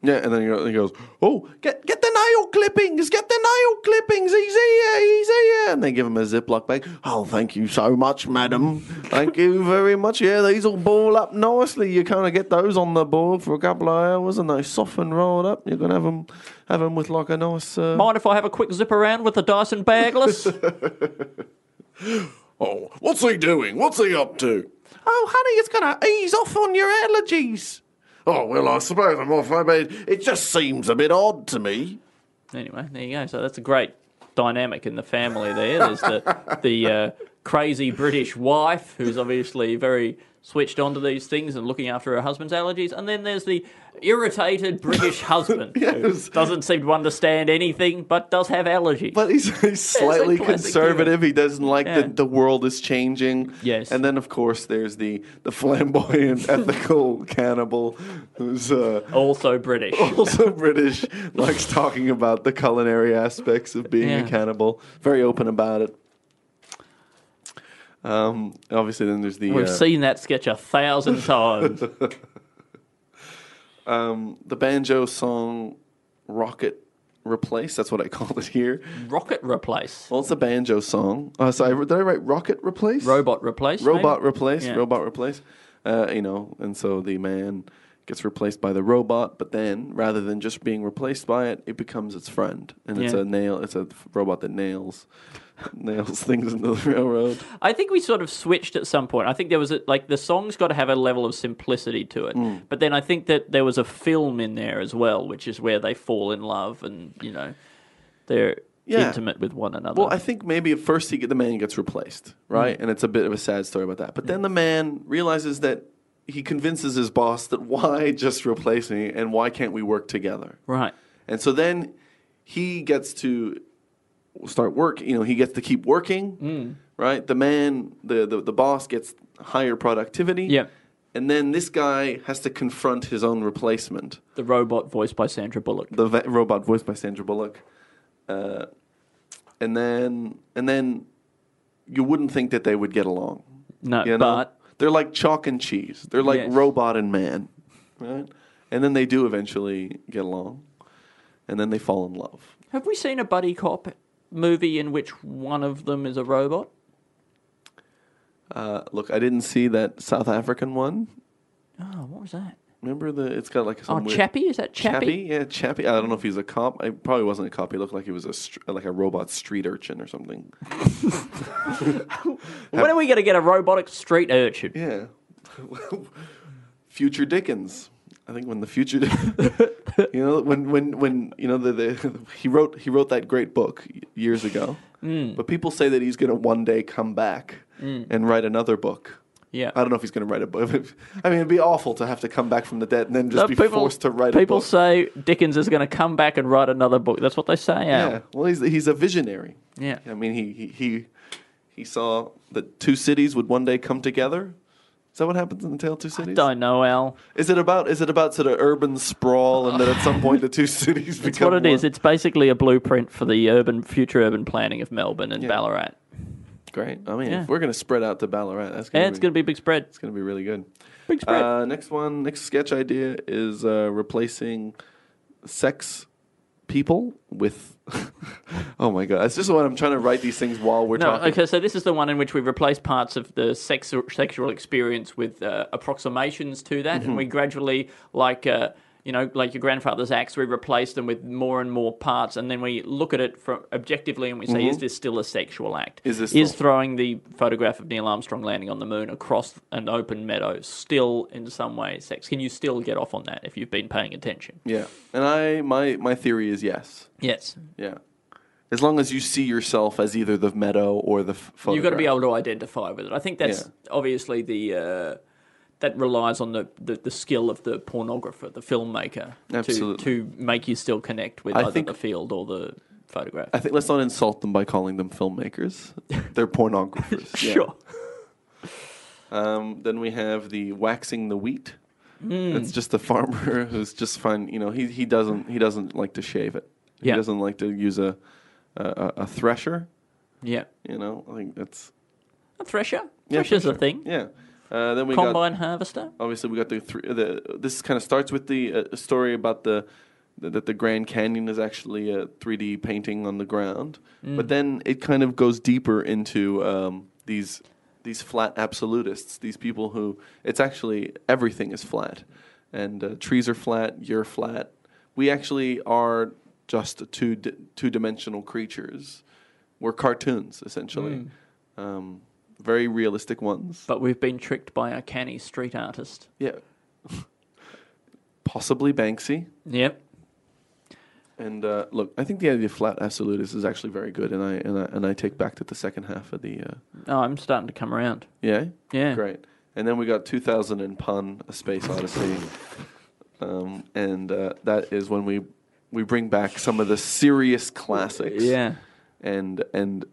Speaker 4: yeah, and then he go- he goes, "Oh, get get the nail clippings, get the nail clippings. He's here, he's here." And they give him a Ziploc bag. Oh, thank you so much, madam. thank you very much. Yeah, these will ball up nicely. You kind of get those on the board for a couple of hours, and they soften, roll up. You can have them, have them with like a nice. Uh,
Speaker 3: Mind if I have a quick zip around with the Dyson bagless?
Speaker 4: Oh, what's he doing? What's he up to? Oh, honey, it's going to ease off on your allergies. Oh, well, I suppose I'm off. I mean, it just seems a bit odd to me.
Speaker 3: Anyway, there you go. So that's a great dynamic in the family there. There's the the uh, crazy British wife who's obviously very switched on to these things and looking after her husband's allergies, and then there's the irritated British <laughs> husband
Speaker 4: Yes. <laughs>
Speaker 3: who doesn't seem to understand anything but does have allergies.
Speaker 4: But he's, <laughs> he's slightly
Speaker 3: classic
Speaker 4: conservative. He doesn't like
Speaker 3: Yeah.
Speaker 4: that the world is changing.
Speaker 3: Yes.
Speaker 4: And then, of course, there's the, the
Speaker 3: <laughs>
Speaker 4: flamboyant ethical cannibal who's uh,
Speaker 3: also
Speaker 4: <laughs>
Speaker 3: British.
Speaker 4: also British,
Speaker 3: <laughs>
Speaker 4: likes talking about the culinary aspects of being
Speaker 3: Yeah.
Speaker 4: a cannibal. Very open about it. Um, obviously, then there's the
Speaker 3: We've
Speaker 4: uh,
Speaker 3: seen that sketch a thousand times.
Speaker 4: the banjo song "Rocket Replace." That's what I <laughs> called it here.
Speaker 3: Rocket replace.
Speaker 4: Well, it's a banjo song. Uh, sorry, did I write "Rocket Replace"?
Speaker 3: Robot replace. maybe?
Speaker 4: robot replace
Speaker 3: Yeah.
Speaker 4: robot replace uh, you know and so the man gets replaced by the robot but then rather than just being replaced by it it becomes its friend and it's
Speaker 3: Yeah.
Speaker 4: a nail it's a robot that nails <laughs> nails things into the railroad
Speaker 3: I think we sort of switched at some point. I think there was a, like the song's got to have a level of simplicity to it,
Speaker 4: Mm.
Speaker 3: but then I think that there was a film in there as well, which is where they fall in love and you know they're
Speaker 4: Yeah.
Speaker 3: intimate with one another.
Speaker 4: well i think maybe at first he get, the man gets replaced
Speaker 3: Mm.
Speaker 4: right and it's a bit of a sad story about that but then the man realizes that he convinces his boss that <laughs> why just replace me and why can't we work together
Speaker 3: right.
Speaker 4: And so then he gets to start work. You know, he gets to keep working,
Speaker 3: Mm.
Speaker 4: right? The man, the, the the boss gets higher productivity.
Speaker 3: Yep.
Speaker 4: And then this guy has to confront his own replacement,
Speaker 3: The robot voiced by Sandra Bullock.
Speaker 4: the va- robot voiced by Sandra Bullock. Uh, and then and then you wouldn't think that they would get along.
Speaker 3: No,
Speaker 4: You know?
Speaker 3: but
Speaker 4: they're like chalk and cheese. They're like
Speaker 3: Yes.
Speaker 4: robot and man, right? And then they do eventually get along, and then they fall in love.
Speaker 3: have we seen a buddy cop movie in which one of them is a robot?
Speaker 4: Uh, look, I didn't see that South African one.
Speaker 3: Oh, what was that?
Speaker 4: Remember the? It's got like
Speaker 3: Oh,
Speaker 4: some weird-
Speaker 3: Chappie is that
Speaker 4: Chappie?
Speaker 3: Chappie?
Speaker 4: yeah, Chappie. I don't know if he's a cop. It probably wasn't a cop. He looked like he was a str- like a robot street urchin or something.
Speaker 3: When are we going to get a robotic street urchin?
Speaker 4: Yeah. <laughs> future Dickens. I think when the future, <laughs> you know, when when when you know the, the he wrote he wrote that great book y- years ago.
Speaker 3: Mm.
Speaker 4: But people say that he's going to one day come back and write another book.
Speaker 3: Yeah.
Speaker 4: I don't know if he's going to write a book. <laughs> I mean, it'd be awful to have to come back from the dead and then just
Speaker 3: So
Speaker 4: be forced to write
Speaker 3: People
Speaker 4: a book.
Speaker 3: say Dickens is going to come back and write another book. That's what they say. Al.
Speaker 4: yeah. Well, he's he's a visionary.
Speaker 3: Yeah.
Speaker 4: I mean, he he he, he saw that two cities would one day come together. Is that what happens in the Tale of Two Cities?
Speaker 3: Don't know, Al.
Speaker 4: Is it about is it about sort of urban sprawl and that at some point the two <laughs> cities
Speaker 3: It's
Speaker 4: become
Speaker 3: what it
Speaker 4: one?
Speaker 3: is. It's basically a blueprint for the urban future urban planning of Melbourne and Ballarat.
Speaker 4: great. I mean,
Speaker 3: Yeah.
Speaker 4: if we're gonna spread out to Ballarat, that's gonna
Speaker 3: Yeah,
Speaker 4: be,
Speaker 3: it's going to be a big spread.
Speaker 4: it's gonna be really good.
Speaker 3: Big spread.
Speaker 4: Uh, next one, next sketch idea is uh, replacing sex people with. <laughs> oh my god, that's just what I'm trying to write these things while we're
Speaker 3: no,
Speaker 4: talking.
Speaker 3: okay. So this is the one in which we replace parts of the sex, sexual experience with uh, approximations to that,
Speaker 4: Mm-hmm.
Speaker 3: and we gradually, like uh, you know, like your grandfather's axe, we replace them with more and more parts, and then we look at it from objectively, and we say, is this still a sexual act?
Speaker 4: Mm-hmm. Is this
Speaker 3: is
Speaker 4: still-
Speaker 3: throwing the photograph of Neil Armstrong landing on the moon across an open meadow still in some way sex? Can you still get off on that if you've been paying attention?
Speaker 4: Yeah, and I my my theory is yes.
Speaker 3: Yes,
Speaker 4: Yeah, as long as you see yourself as either the meadow or the f- photograph.
Speaker 3: You've got to be able to identify with it. I think that's obviously the uh, that relies on the, the, the skill of the pornographer, the filmmaker,
Speaker 4: Absolutely.
Speaker 3: to to make you still connect with
Speaker 4: I
Speaker 3: either
Speaker 4: think-
Speaker 3: the field or the photograph.
Speaker 4: I think let's not insult them by calling them filmmakers. They're pornographers.
Speaker 3: <laughs>
Speaker 4: Yeah.
Speaker 3: Sure.
Speaker 4: Um, then we have the waxing the wheat. It's just the farmer <laughs> who's just fine. You know, he he doesn't he doesn't like to shave it. He
Speaker 3: Yeah.
Speaker 4: doesn't like to use a a, a a thresher.
Speaker 3: Yeah.
Speaker 4: You know, I think that's
Speaker 3: A thresher.
Speaker 4: yeah,
Speaker 3: Thresher's a
Speaker 4: thresher.
Speaker 3: thing.
Speaker 4: Yeah. Uh, then we got
Speaker 3: Combine harvester.
Speaker 4: obviously we got the three. The this kind of starts with the uh, story about the that the Grand Canyon is actually a 3D painting on the ground, but then it kind of goes deeper into um, these these flat absolutists, these people who it's actually everything is flat, and uh, trees are flat, you're flat. We actually are just two d- two dimensional creatures. We're cartoons essentially, um, very realistic ones.
Speaker 3: But we've been tricked by a canny street artist.
Speaker 4: Yeah. possibly Banksy.
Speaker 3: Yep.
Speaker 4: And uh, look, I think the idea of flat absolutist is actually very good, and I and I, and I take back that the second half of the uh,
Speaker 3: Oh, I'm starting to come around.
Speaker 4: yeah
Speaker 3: Yeah.
Speaker 4: great. And then we got 2000 and Pun: A Space Odyssey, um, and uh, that is when we we bring back some of the serious classics.
Speaker 3: Yeah.
Speaker 4: and and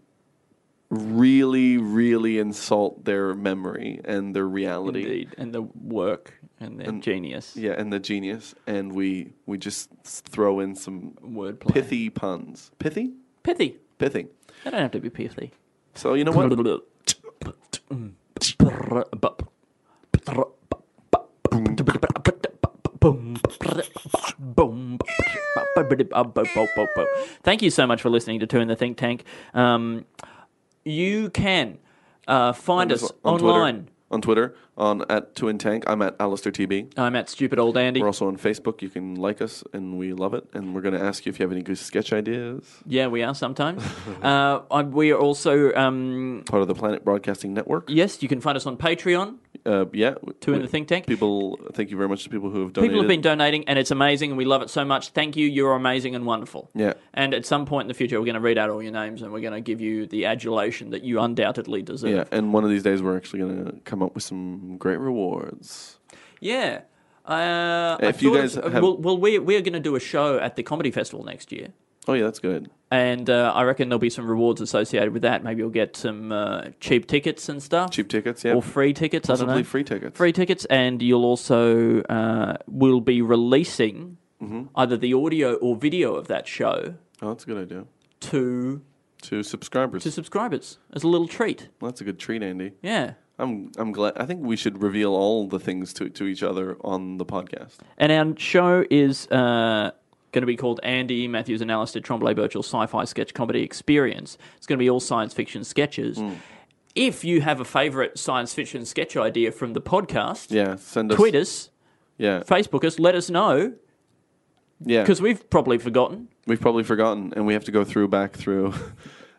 Speaker 4: really really insult their memory and their reality.
Speaker 3: Indeed. And the work and the genius.
Speaker 4: Yeah, and the genius, and we we just s- throw in some
Speaker 3: Wordplay.
Speaker 4: pithy puns. Pithy,
Speaker 3: Pithy.
Speaker 4: pithy.
Speaker 3: They don't have to be pithy.
Speaker 4: So you know what?
Speaker 3: Thank you so much for listening to Two in the Think Tank. Um, you can uh, find us online.
Speaker 4: Twitter, on Twitter, on at Two in Tank. I'm at Alistair TB.
Speaker 3: I'm at Stupid Old Andy.
Speaker 4: We're also on Facebook. You can like us, and we love it. And we're going to ask you if you have any good sketch ideas.
Speaker 3: Yeah, we are
Speaker 4: <laughs>
Speaker 3: sometimes. uh, I, we are also, um,
Speaker 4: Part of the Planet Broadcasting Network.
Speaker 3: yes, you can find us on Patreon.
Speaker 4: Uh, yeah. w-
Speaker 3: Two in
Speaker 4: we-
Speaker 3: the Think Tank.
Speaker 4: People, thank you very much to people who have donated.
Speaker 3: People have been donating, and it's amazing, and we love it so much. Thank you. You're amazing and wonderful.
Speaker 4: Yeah.
Speaker 3: And at some point in the future, we're going to read out all your names, and we're going to give you the adulation that you undoubtedly
Speaker 4: yeah,
Speaker 3: deserve.
Speaker 4: and one of these days we're actually going to come up with some great rewards.
Speaker 3: Yeah. Uh, I
Speaker 4: If you
Speaker 3: thought
Speaker 4: guys
Speaker 3: of-
Speaker 4: have-
Speaker 3: well, well, we we are going to do a show at the comedy festival next year,
Speaker 4: Oh yeah, that's good.
Speaker 3: and uh, I reckon there'll be some rewards associated with that. Maybe you'll get some uh, cheap tickets and stuff.
Speaker 4: Cheap tickets, yeah.
Speaker 3: Or free tickets. I don't
Speaker 4: Possibly
Speaker 3: know.
Speaker 4: free tickets.
Speaker 3: Free tickets, and you'll also uh, will be releasing
Speaker 4: Mm-hmm.
Speaker 3: either the audio or video of that show
Speaker 4: Oh, that's a good idea.
Speaker 3: to
Speaker 4: To subscribers.
Speaker 3: to subscribers as a little treat.
Speaker 4: Well, that's a good treat, Andy.
Speaker 3: Yeah.
Speaker 4: I'm I'm glad. I think we should reveal all the things to to each other on the podcast.
Speaker 3: And our show is uh, going to be called Andy Matthews and Alistair Tremblay Birchall Sci Fi Sketch Comedy Experience. It's going to be all science fiction sketches.
Speaker 4: Hmm.
Speaker 3: If you have a favourite science fiction sketch idea from the podcast,
Speaker 4: Yeah, send us
Speaker 3: tweet us,
Speaker 4: Yeah,
Speaker 3: Facebook us, let us know,
Speaker 4: yeah.
Speaker 3: because we've probably forgotten.
Speaker 4: we've probably forgotten, and we have to go through back through. <laughs>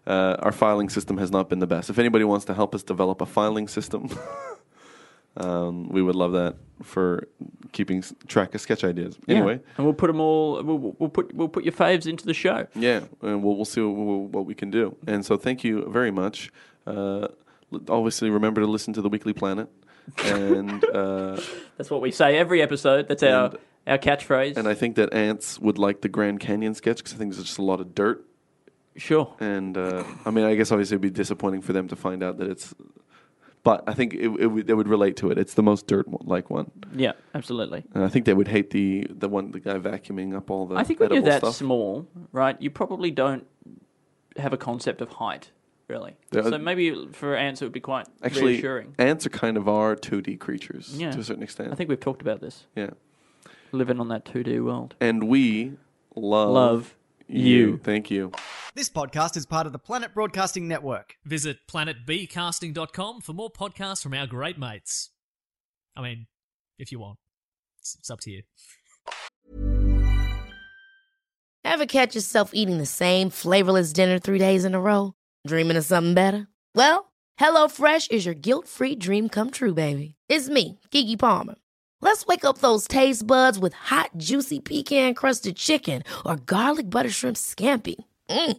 Speaker 4: Uh, our filing system has not been the best. If anybody wants to help us develop a filing system, <laughs> um, we would love that for keeping s- track of sketch ideas. Anyway,
Speaker 3: Yeah. and we'll put them all. We'll, we'll put we'll put your faves into the show.
Speaker 4: Yeah, and we'll, we'll see what, what we can do. And so, thank you very much. Uh, l- obviously, remember to listen to the Weekly Planet, and <laughs> uh,
Speaker 3: That's what we say every episode. That's our our catchphrase.
Speaker 4: and I think that ants would like the Grand Canyon sketch because I think there's just a lot of dirt.
Speaker 3: sure.
Speaker 4: And uh, I mean, I guess obviously it'd be disappointing for them to find out that it's. But I think it, it would, they would relate to it. It's the most dirt one, like one.
Speaker 3: Yeah, absolutely.
Speaker 4: And I think they would hate the the one the guy vacuuming up all the.
Speaker 3: I think when you're
Speaker 4: edible
Speaker 3: that
Speaker 4: stuff.
Speaker 3: small, right, you probably don't have a concept of height, really.
Speaker 4: Yeah.
Speaker 3: So maybe for ants it would be quite
Speaker 4: Actually,
Speaker 3: reassuring.
Speaker 4: ants are kind of our 2D creatures
Speaker 3: Yeah.
Speaker 4: to a certain extent.
Speaker 3: I think we've talked about this.
Speaker 4: yeah.
Speaker 3: Living on that 2D world.
Speaker 4: and we love,
Speaker 3: Love you.
Speaker 4: Thank you.
Speaker 1: This podcast is part of the Planet Broadcasting Network.
Speaker 2: Visit planetbcasting.com for more podcasts from our great mates. I mean, if you want, it's, it's up to you.
Speaker 6: Ever catch yourself eating the same flavorless dinner three days in a row? Dreaming of something better? Well, HelloFresh is your guilt free dream come true, baby. It's me, Kiki Palmer. Let's wake up those taste buds with hot, juicy pecan crusted chicken or garlic butter shrimp scampi. Mm.